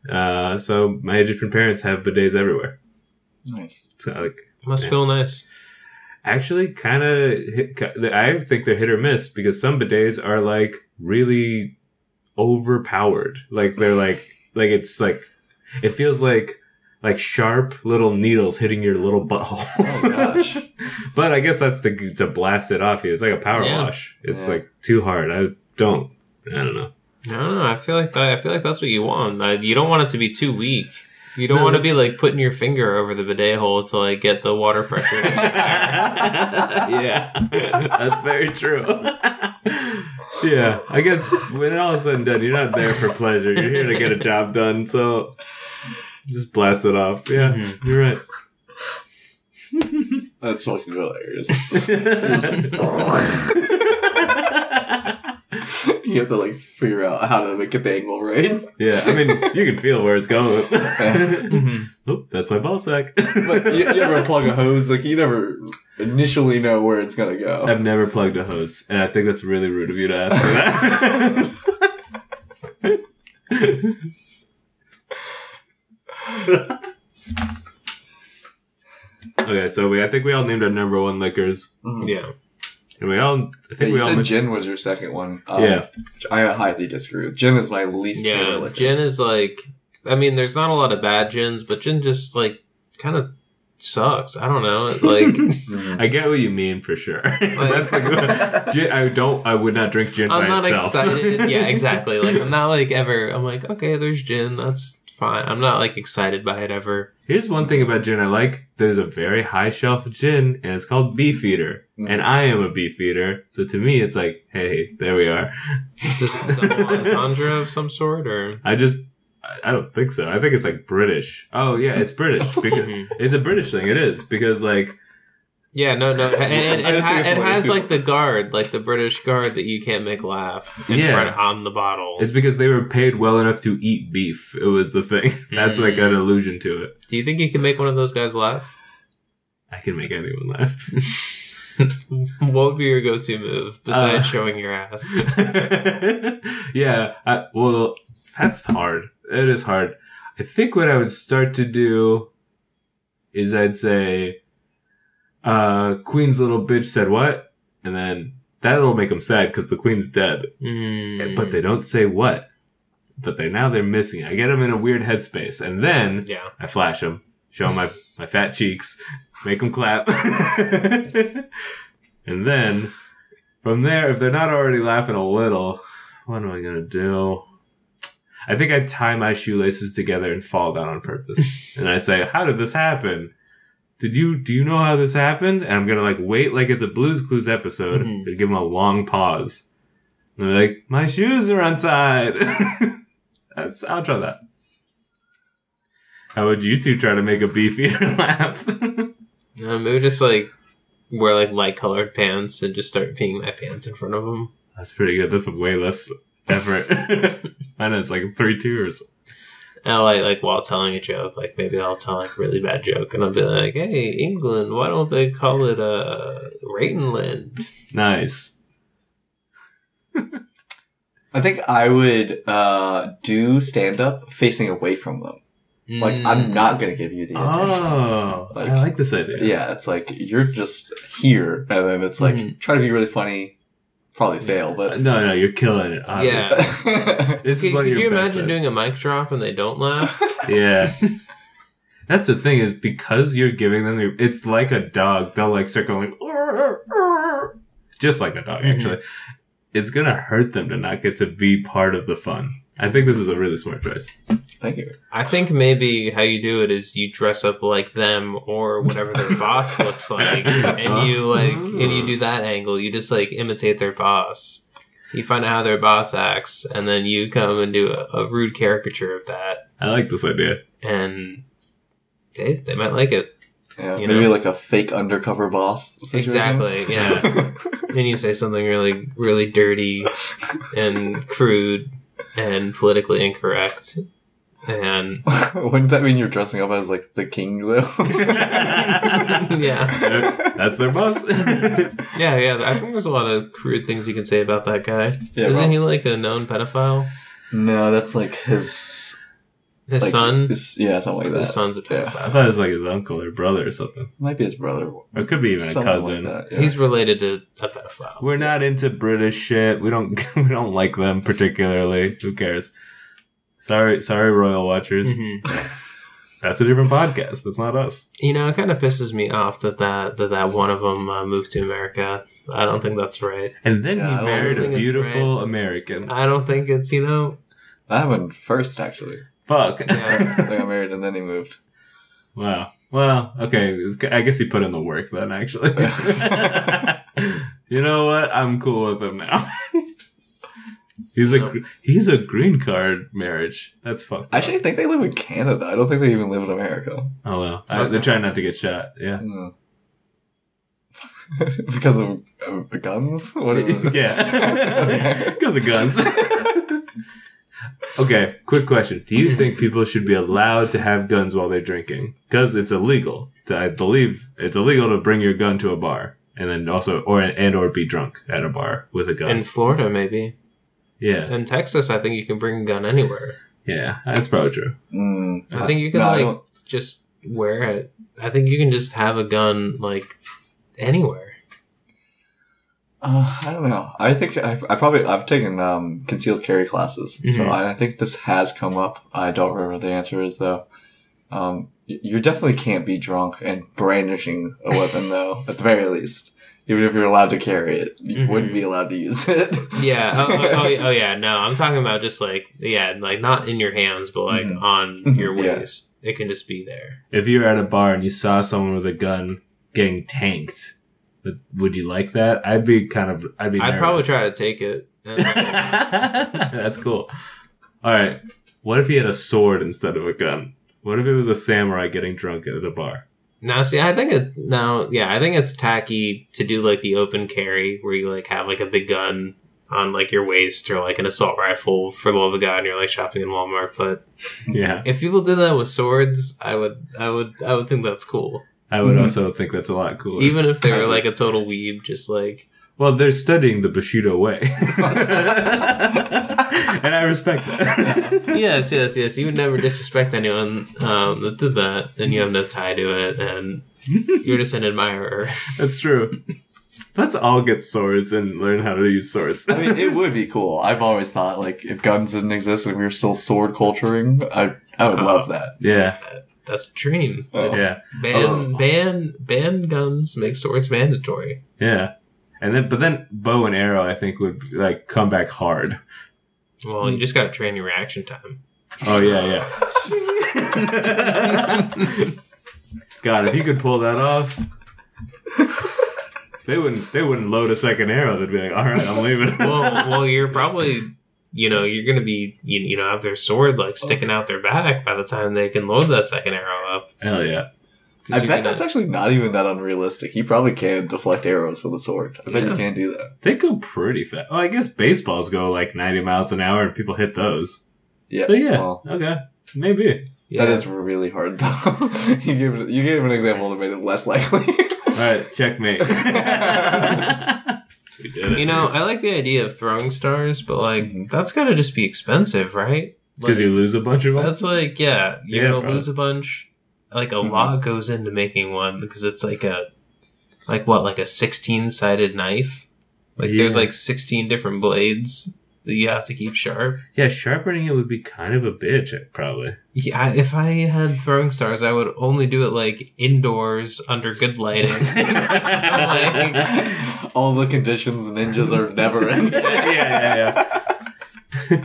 Uh, so my Egyptian parents have bidets everywhere. Nice. So like Must Yeah. feel nice. actually kind of i think they're hit or miss because some bidets are like really overpowered like they're like like it's like it feels like like sharp little needles hitting your little butthole. Oh gosh. but I guess that's to to blast it off you. It's like a power Yeah. wash. It's Yeah. like too hard. I don't. I don't know. I don't know. I feel like that, I feel like that's what you want. Uh, you don't want it to be too weak. You don't No, want to be that's- like putting your finger over the bidet hole to like get the water pressure. yeah, that's very true. yeah, I guess when all is said and done, you're not there for pleasure. You're here to get a job done. So just blast it off. Yeah, you're right. That's fucking hilarious. you have to like figure out how to like, get the angle right. yeah, I mean, you can feel where it's going. Mhm. Oop, that's my ball sack. But you, you ever plug a hose? Like you never initially know where it's gonna go. I've never plugged a hose, and I think that's really rude of you to ask for that. okay, so we I think we all named our number one liquors, yeah. and we all I Yeah, think Mm-hmm. you we all said men- gin was your second one. Um, yeah which I highly disagree. with. Gin is my least favorite. Yeah. liquor. Gin is like, I mean, there's not a lot of bad gins, but gin just like kind of sucks. I don't know. It, Like, Mm. I get what you mean for sure. that's the good. Gin, I don't. I would not drink gin by I'm not itself. excited. yeah, exactly. Like, I'm not like ever, I'm like, okay, there's gin. That's fine. I'm not like excited by it ever. Here's one thing about gin I like. There's a very high shelf gin, and it's called Beefeater. Mm. And I am a Beefeater, so to me, it's like, hey, there we are. Is this a double entendre of some sort or? I just, I- I don't think so. I think it's like British. Oh yeah, it's British because Mhm. it's a British thing. It is because like Yeah, no, no. And, and, I it, just ha- think it's it has hilarious. like the guard, like the British guard that you can't make laugh in Yeah. front on the bottle. it's because they were paid well enough to eat beef. It was the thing. That's like an allusion to it. Do you think you can make one of those guys laugh? I can make anyone laugh. What would be your go-to move besides Uh, showing your ass? yeah. I, well, that's hard. It is hard. I think what I would start to do is I'd say, uh, Queen's little bitch said what? And then that'll make them sad because the Queen's dead. Mm. But they don't say what. But they now they're missing. it. I get them in a weird headspace. And then yeah, I flash them, show 'em my, my fat cheeks, make them clap. and then from there, if they're not already laughing a little, what am I going to do? I think I tie my shoelaces together and fall down on purpose. and I say, How did this happen? Did you do you know how this happened? And I'm gonna like wait like it's a Blues Clues episode Mhm. and give them a long pause. And they're like, My shoes are untied. That's I'll try that. How would you two try to make a beef eater laugh? Uh, maybe just like wear like light-colored pants and just start peeing my pants in front of them. That's pretty good. That's way less effort. Mine is like three tours. And like like while telling a joke, like maybe I'll tell like a really bad joke, and I'll be like, "Hey, England, why don't they call it uh Rainland?" Nice. I think I would uh, do stand up facing away from them. Like Mm. I'm not gonna give you the Ah. attention. Oh, Like- I like this idea. Yeah, it's like you're just here, and then it's like Mhm. try to be really funny, probably fail, but No, no, you're killing it. Obviously. Yeah. This Could, is one could of you your imagine best doing a mic drop and they don't laugh? sets. Yeah. That's the thing is because you're giving them, your- it's like a dog. They'll like start going, "Arr, arr," just like a dog, Mhm. actually. It's going to hurt them to not get to be part of the fun. I think this is a really smart choice. Thank you. I think maybe how you do it is you dress up like them or whatever their boss looks like, and you like and you do that angle. You just like imitate their boss. You find out how their boss acts, and then you come and do a, a rude caricature of that, I like this idea. and they they might like it Yeah, You maybe know? like a fake undercover boss. situation. exactly. Yeah, and you say something really really dirty and crude and politically incorrect, and Wouldn't that mean you're dressing up as like the king though? yeah. That's their boss. Yeah, yeah. I think there's a lot of crude things you can say about that guy. Yeah, Isn't well- he like a known pedophile? no, that's like his His like, son. His, His, yeah, something like that. son's a pedophile. I thought it was like his uncle or brother or something. Might be his brother. Or it could be even a someone cousin. Like that, yeah. He's related to a pedophile. We're not into British shit. We don't we don't like them Mm-hmm. particularly. Who cares? Sorry, sorry, royal watchers. Mhm. That's a different podcast. That's not us. You know, it kind of pisses me off that that that, that one of them uh, moved to America. I don't think that's right. And then Yeah, I he don't married a think it's beautiful American. Uh, I don't think it's you know. That happened first, actually. Fuck. they got married and then he moved. Wow. Well, okay. it's- I guess he put in the work then, actually. you know what? I'm cool with him now. he's a gr- he's a green card marriage. That's fucked. up. Actually, I think they live in Canada. I don't think they even live in America. Oh well. I, they're trying not to get shot. Yeah. Hmm. because of uh, guns? What is it? yeah. Because of guns. okay. Quick question: Do you think people should be allowed to have guns while they're drinking? Because it's illegal. To, I believe it's illegal to bring your gun to a bar. And then also, or and or be drunk at a bar with a gun. In Florida, maybe. yeah, In Texas, I think you can bring a gun anywhere. Yeah, that's probably true. Hmm. I think you can No, I like don't- just wear it. I think you can just have a gun like anywhere. Uh, I don't know. I think I've, I probably I've taken um, concealed carry classes, so Mhm. I, I think this has come up. I don't remember what the answer is though. Um, y- you definitely can't be drunk and brandishing a weapon though, at the very least. Even if you're allowed to carry it, you Mhm. wouldn't be allowed to use it. Yeah. Oh, oh, oh, yeah, oh, yeah. No, I'm talking about just like yeah, like not in your hands, but like Mhm. on your Yeah. waist. It can just be there. If you were at a bar and you saw someone with a gun getting tanked, would- would you like that? I'd be kind of. I'd be. I'd probably nervous. try to take it. that's cool. All right. What if he had a sword instead of a gun? What if it was a samurai getting drunk at a bar? Now, see, I think it now, yeah, I think it's tacky to do like the open carry where you like have like a big gun on like your waist or like an assault rifle for the love of God, and you're like shopping in Walmart. But Yeah, if people did that with swords, I would, I would, I would think that's cool. I would Mhm. also think that's a lot cooler. Even if they were Kinda. like a total weeb, just like well, they're studying the Bushido way, and I respect that. yes, yes, yes, you would never disrespect anyone um, that did that, and you have no tie to it, and you're just an admirer. that's true. Let's all get swords and learn how to use swords. I mean, it would be cool. I've always thought like if guns didn't exist and we were still sword culturing, I I would love that. yeah, That's the dream. Oh. It's- yeah. Ban Oh. ban ban guns make swords mandatory. Yeah. And then, but then bow and arrow, I think would like come back hard. Well, you just gotta train your reaction time. Oh yeah, yeah. God, if you could pull that off, they wouldn't. They wouldn't load a second arrow. They'd be like, "All right, I'm leaving." Well, well, you're probably you know you're gonna be you, you know have their sword like sticking out their back by the time they can load that second arrow up. Hell yeah. 'Cause I you're bet gonna- that's actually not even that unrealistic. You probably can deflect arrows with a sword. I bet Yeah. you can do that. They go pretty fast. Oh, I guess baseballs go like 90 miles an hour, and people hit those. Yeah. So yeah, well, okay, maybe. yeah. That is really hard, though. you gave it, you gave an example that made it less likely. All right, checkmate. we did it. You know, I like the idea of throwing stars, but like Mhm. that's gotta just be expensive, right? because you lose a bunch of them. That's like yeah, you're Yeah, Mm-hmm. gonna probably. lose a bunch. Like a Mhm. lot goes into making one because it's like a like what like a sixteen sided knife. Like there's Yeah. like sixteen different blades that you have to keep sharp. Yeah, sharpening it would be kind of a bitch, probably. Yeah, I- if I had throwing stars, I would only do it like indoors under good lighting. Like, All the conditions ninjas are never in. yeah, yeah, yeah. you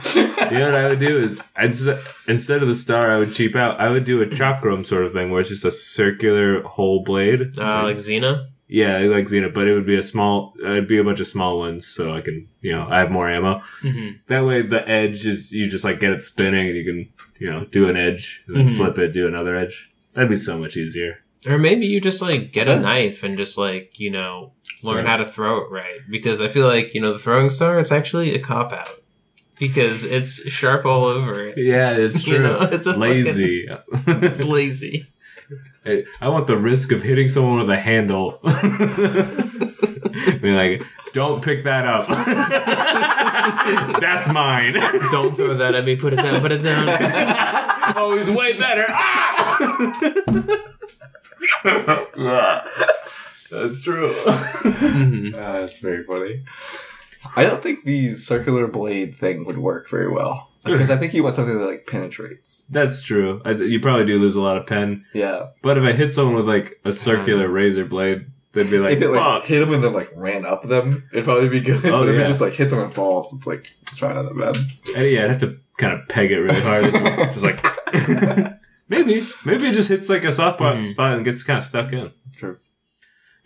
know what I would do is I'd, s- instead of the star, I would cheap out. I would do a chakram sort of thing where it's just a circular whole blade. uh, like Xena. yeah, like Xena, but it would be a small. It'd be a bunch of small ones, so I can you know I have more ammo. That way, the edge is you just like get it spinning, and you can you know do an edge, and then Mhm. flip it, do another edge. That'd be so much easier. Or maybe you just like get a Yes. knife and just like you know learn Right. how to throw it right because I feel like you know the throwing star is actually a cop out because it's sharp all over. Yeah, it's You know, it's a Lazy. It's lazy. Hey, I want the risk of hitting someone with a handle. Be like, don't pick that up. That's mine. Don't throw that at me. Put it down. Put it down. oh, he's way better. Ah! That's true. Mm-hmm. Mhm. Ah, that's very funny. I don't think the circular blade thing would work very well. because I think you want something that like penetrates. That's true. I, you probably do lose a lot of pen. Yeah, But if I hit someone with like a circular razor blade, Uh-huh. they'd be like, if it like "Fuck." hit them and then like ran up them, it'd probably be good. Oh, but if yeah. it just like hits them and falls, it's like it's probably not that bad. And yeah, I'd have to kind of peg it really hard. just like maybe, maybe it just hits like a soft spot, Mhm. spot and gets kind of stuck in. True.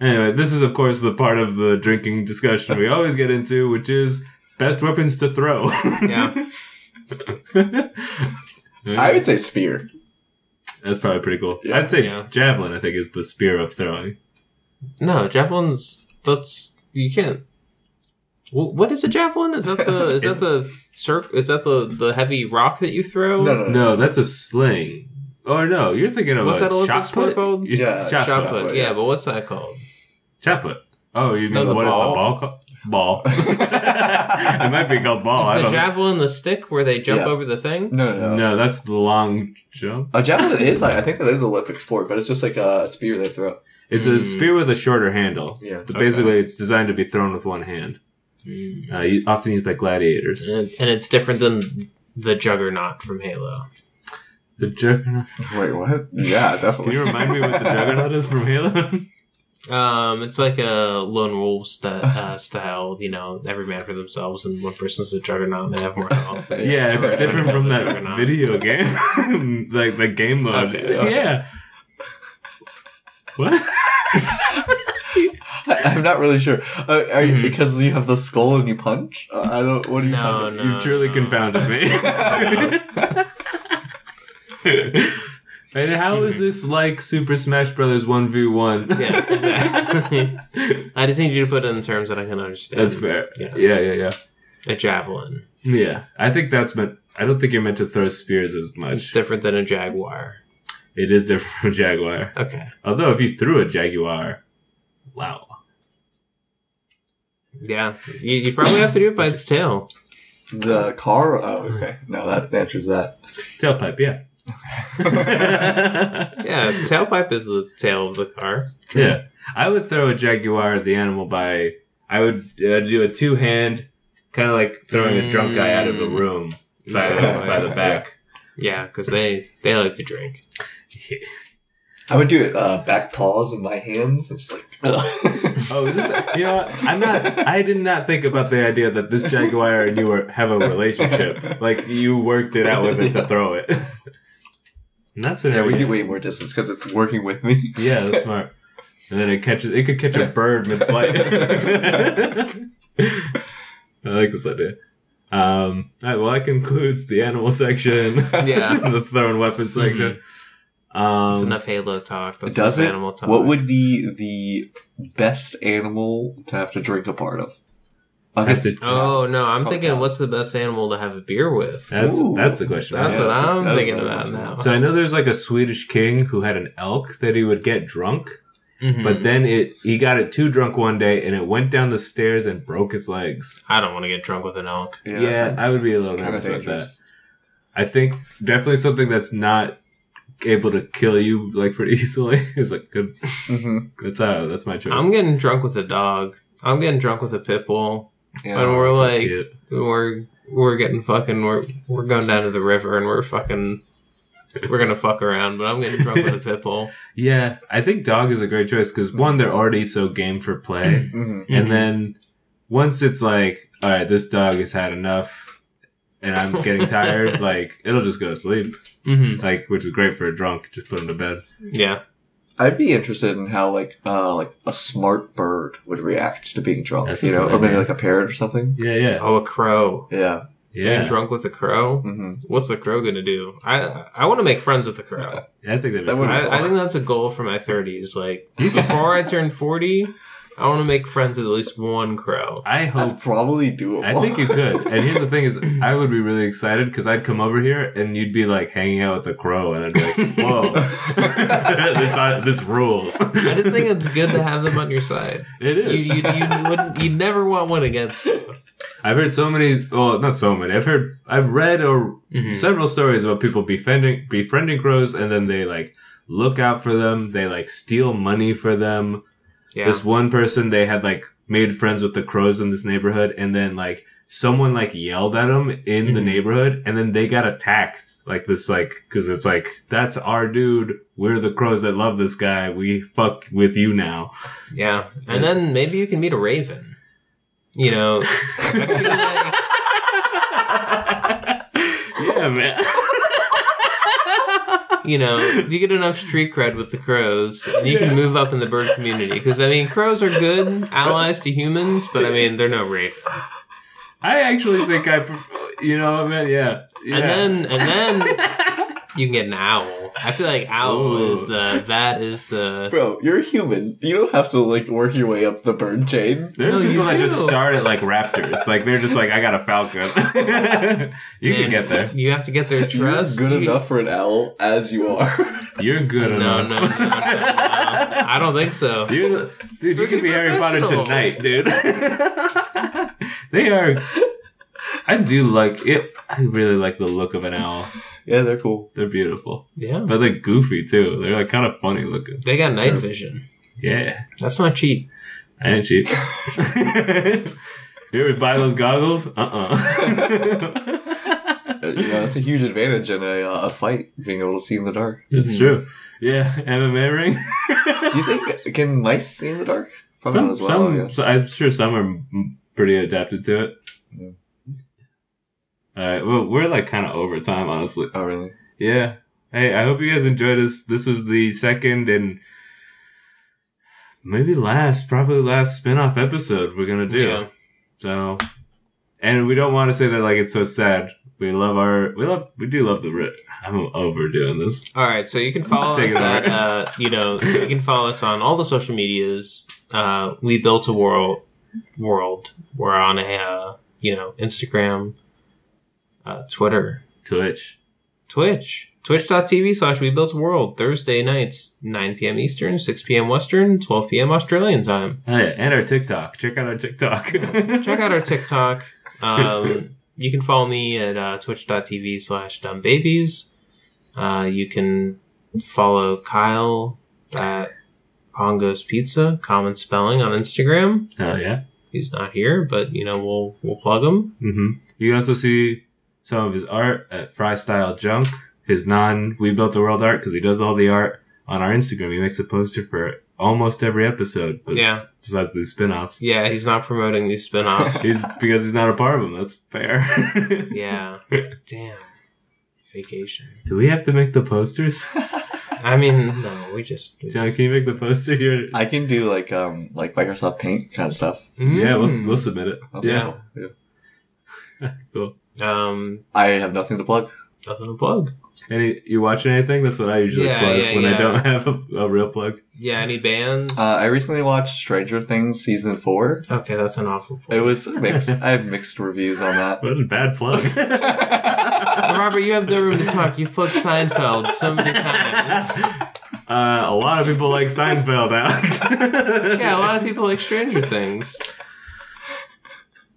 Anyway, this is of course the part of the drinking discussion we always get into, which is best weapons to throw. Yeah. I would say spear. That's probably pretty cool. Yeah. I'd say Yeah. javelin. I think is the spear of throwing. No, javelins. That's you can't. Wh- What is a javelin? Is that the is that the circ? Is that the the heavy rock that you throw? No, no, no. No, that's a sling. Or no, you're thinking of What's a that Olympic shot sport put? called? You- Yeah, shot, Shot put. put. put, Yeah, yeah. but what's that called? Shot put. Oh, you mean the what is ball? the ball called? Ball. it might be called ball. Oh, I is the don't javelin the stick where they jump Yeah. over the thing? no, no, no. No, that's the long jump. A javelin is like I think that is an Olympic sport, but it's just like a spear they throw. It's Hmm. a spear with a shorter handle. Yeah. But basically, it's designed to be thrown with one hand. Hmm. Uh, you- often used by gladiators. And, and it's different than the juggernaut from Halo. The juggernaut. Wait, what? Yeah, Can definitely. you remind me what the juggernaut is from Halo? Um, it's like a lone wolf st- uh, style. You know, every man for themselves, and one person's a juggernaut, and they have more health. yeah, it's different from that Juggernaut. video game, like the game mode. Okay, okay. Yeah. What? I, am not really sure. Uh, are Mhm. you, because you have the skull and you punch? Uh, I don't. What do you? No, punch? no, You've truly no. confounded me. and how is this like Super Smash Brothers one v one? Yes, exactly. I just need you to put it in terms that I can understand. That's fair. Yeah. yeah, yeah, yeah. A javelin. Yeah, I think that's meant. I don't think you're meant to throw spears as It's much. different than a jaguar. It is different from jaguar. Okay. Although, if you threw a jaguar, wow, Yeah. You, you probably have to do it by its tail. The car. Oh, okay. No, that answers that. tailpipe, yeah, Yeah. Tailpipe is the tail of the car. yeah. I would throw a jaguar, the animal, by I would uh, do a two hand, kind of like throwing a drunk guy out of Mm. the room by, Yeah. by the back. Yeah, because they, they like to drink. I would do it uh, back paws in my hands. I'm just like. Oh, is this? You know, I'm not. I did not think about the idea that this jaguar and you were, have a relationship. Like you worked it out with it to throw it. And that's an yeah, we idea. do way more distance because it's working with me. Yeah, that's smart. And then it catches. It could catch a bird mid-flight. I like this idea. Um, all right, well, that concludes the animal section. Yeah. Mm-hmm. the thrown weapon section. Um, That's enough Halo talk. That's Does enough it? animal talk. What would be the best animal to have to drink a part of? I Have to- Oh, no. I'm Cows. thinking, what's the best animal to have a beer with? That's Ooh. that's the question. I That's have. what that's a- I'm that is thinking another about question. now. So I know there's like a Swedish king who had an elk that he would get drunk, Mhm. but then it he got it too drunk one day and it went down the stairs and broke its legs. I don't want to get drunk with an elk. Yeah, I would be a little kind of nervous about that. dangerous. I think definitely something that's not able to kill you like pretty easily is like good. Mhm. That's how that's my choice. I'm getting drunk with a dog. I'm getting drunk with a pit bull. Yeah. When we're That's like, cute. we're we're getting fucking we're we're going down to the river and we're fucking we're gonna fuck around, but I'm getting drunk with a pit bull. yeah, I think dog is a great choice because one, they're already so game for play, Mhm. Mhm. and then once it's like, all right, this dog has had enough, and I'm getting tired, like it'll just go to sleep. Mm-hmm. like which is great for a drunk. Just put him to bed. Yeah, I'd be interested in how like uh like a smart bird would react to being drunk, That's you a know, fun or maybe idea. like a parrot or something. Yeah, yeah, oh a crow. Yeah. yeah. Getting drunk with a crow. hmm What's the crow gonna do? I I want to make friends with the crow. Yeah, I think that'd be That would- cool. I, I think that's a goal for my 30s. Like before I turn 40, I want to make friends with at least one crow. I hope. That's probably doable. I think you could. And here's the thing: is I would be really excited because I'd come over here and you'd be like hanging out with a crow, and I'd be like, "Whoa, this uh, this rules." I just think it's good to have them on your side. It You is. you, you wouldn't you never want one against you. I've heard so many. Well, not so many. I've heard. I've read or Mhm. several stories about people befriending befriending crows, and then they like look out for them. They like steal money for them. Yeah. This one person, they had like made friends with the crows in this neighborhood, and then like someone like yelled at them in the Mhm. neighborhood and then they got attacked like this like because it's like that's our dude we're the crows that love this guy we fuck with you now Yeah. And then maybe you can meet a raven. You know, I feel like- yeah man you know, you get enough street cred with the crows, and you can move up in the bird community. Because I mean, crows are good allies to humans, but I mean, they're no raven. i actually think i pref- you know what man yeah, yeah. And then, and then you can get an owl. I feel like owl Ooh. is the that is the Bro, you're a human. You don't have to like work your way up the bird chain. There's No, you people that just do. start at like raptors. like they're just like, I got a falcon. you can man, get there. You have to get their trust. You're good You- enough for an owl as you are. You're good No, enough. no, no, no, no. I don't think so. You, dude, you Those could be are Harry Potter professional. tonight, dude. they are. I do like it. I really like the look of an owl. yeah, they're cool. They're beautiful, Yeah, but they're goofy too. They're like kind of funny looking. they got night vision. Yeah, That's not cheap. I ain't cheap. you ever buy those goggles? Uh uh Uh, You know, it's a huge advantage in a, uh, a fight being able to see in the dark. Hmm. It's true. Yeah, MMA ring. Do you think can mice see in the dark? Probably some, not as well. I some, guess. so- I'm sure some are m- pretty adapted to it. Yeah. All right. Well, we're like kind of over time, honestly. Oh really? Yeah. Hey, I hope you guys enjoyed this. This was the second and maybe last, probably last spin-off episode we're gonna do. Yeah. So, and we don't want to say that like it's so sad. We love our, we love, we do love the. ri- I'm overdoing this. All right, so you can follow Take us it at over. uh, you know you can follow us on all the social medias. Uh, we built a world world. We're on a uh, you know Instagram, uh, Twitter, Twitch. Twitch, twitch.tv slash we built a world Thursday nights 9 p.m. Eastern, 6 p.m. Western, 12 p.m. Australian time. Oh yeah, and our TikTok. Check out our TikTok. Check out our TikTok. Um, you can follow me at uh, twitch.tv slash dumbbabies. Uh, you can follow Kyle at Pongo's Pizza, common spelling on Instagram. Oh yeah. He's not here, but you know we'll we'll plug him. hmm You can also see some of his art at Fry Style Junk, his non We Built the World art, because he does all the art on our Instagram. He makes a poster for almost every episode, bes- Yeah. besides these spin offs. Yeah, he's not promoting these spin-offs. He's, because he's not a part of them. That's fair. yeah, damn vacation. Do we have to make the posters? I mean, no, we just. We John, just- can you make the poster here? I can do like um like Microsoft Paint kind of stuff. Yeah, we'll, Mm. we'll submit it. That's Yeah, cool. yeah. cool. Um, I have nothing to plug. nothing to plug. Any you watching anything? That's what I usually Yeah, plug yeah, when I yeah. don't have a, a real plug. Yeah, any bands? Uh, I recently watched Stranger Things season four. okay, that's an awful. It Plug. was mixed. I have mixed reviews on that. What a bad plug. Robert, you have no room to talk. You've plugged Seinfeld so many times. Uh, a lot of people like Seinfeld, Alex. Yeah, a lot of people like Stranger Things.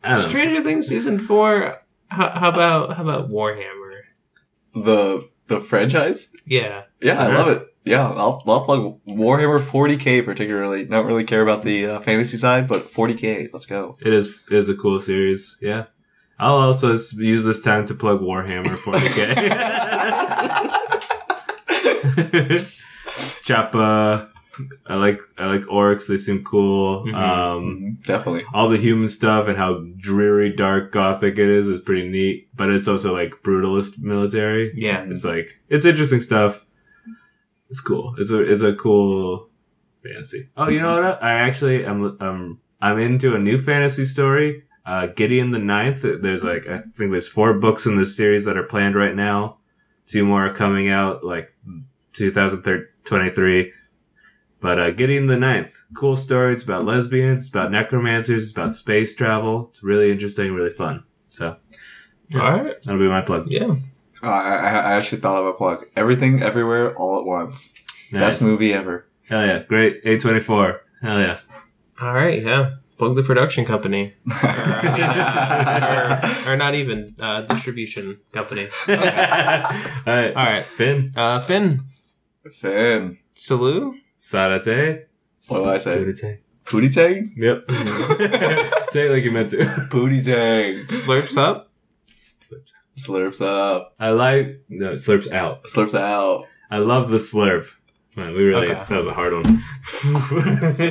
I don't know. Stranger Things season four. How, how about how about Warhammer? the the franchise. Yeah, Yeah, I Sure. love it. Yeah, I'll, I'll plug Warhammer 40k particularly. Don't really care about the uh, fantasy side, but 40k, let's go. It is it is a cool series. Yeah. I'll also s- use this time to plug Warhammer Mm-hmm, 40k. Choppa. I like I like orcs. They seem cool. Mhm. Um, Mhm, Definitely. all the human stuff and how dreary, dark, gothic it is is pretty neat. But it's also like brutalist military. yeah. It's like it's interesting stuff. It's cool. It's a it's a cool fantasy. Oh, you know what? I actually am um I'm into a new fantasy story. Uh, Gideon the Ninth. There's like I think there's four books in this series that are planned right now. Two more are coming out like 2023. But uh, Gideon the Ninth, cool story. It's about lesbians. It's about necromancers. It's about space travel. It's really interesting, really fun. So All right. that'll be my plug. Yeah. Uh, I, I I actually thought of a plug. Everything, everywhere, all at once. Best movie ever. Hell yeah. Great. A24. Hell yeah. All right. Yeah. Plug the production company, or, or not even uh, distribution company. All right. All right. Finn. Uh, Finn, Finn. Salu. Sarate. What do I say? Sarate. Booty tang? Yep. Say it like you meant to. Booty tang. Slurps up. Slurps up. I like no slurps out. Slurps out. I love the slurp. Man, we really Okay. that was a hard one.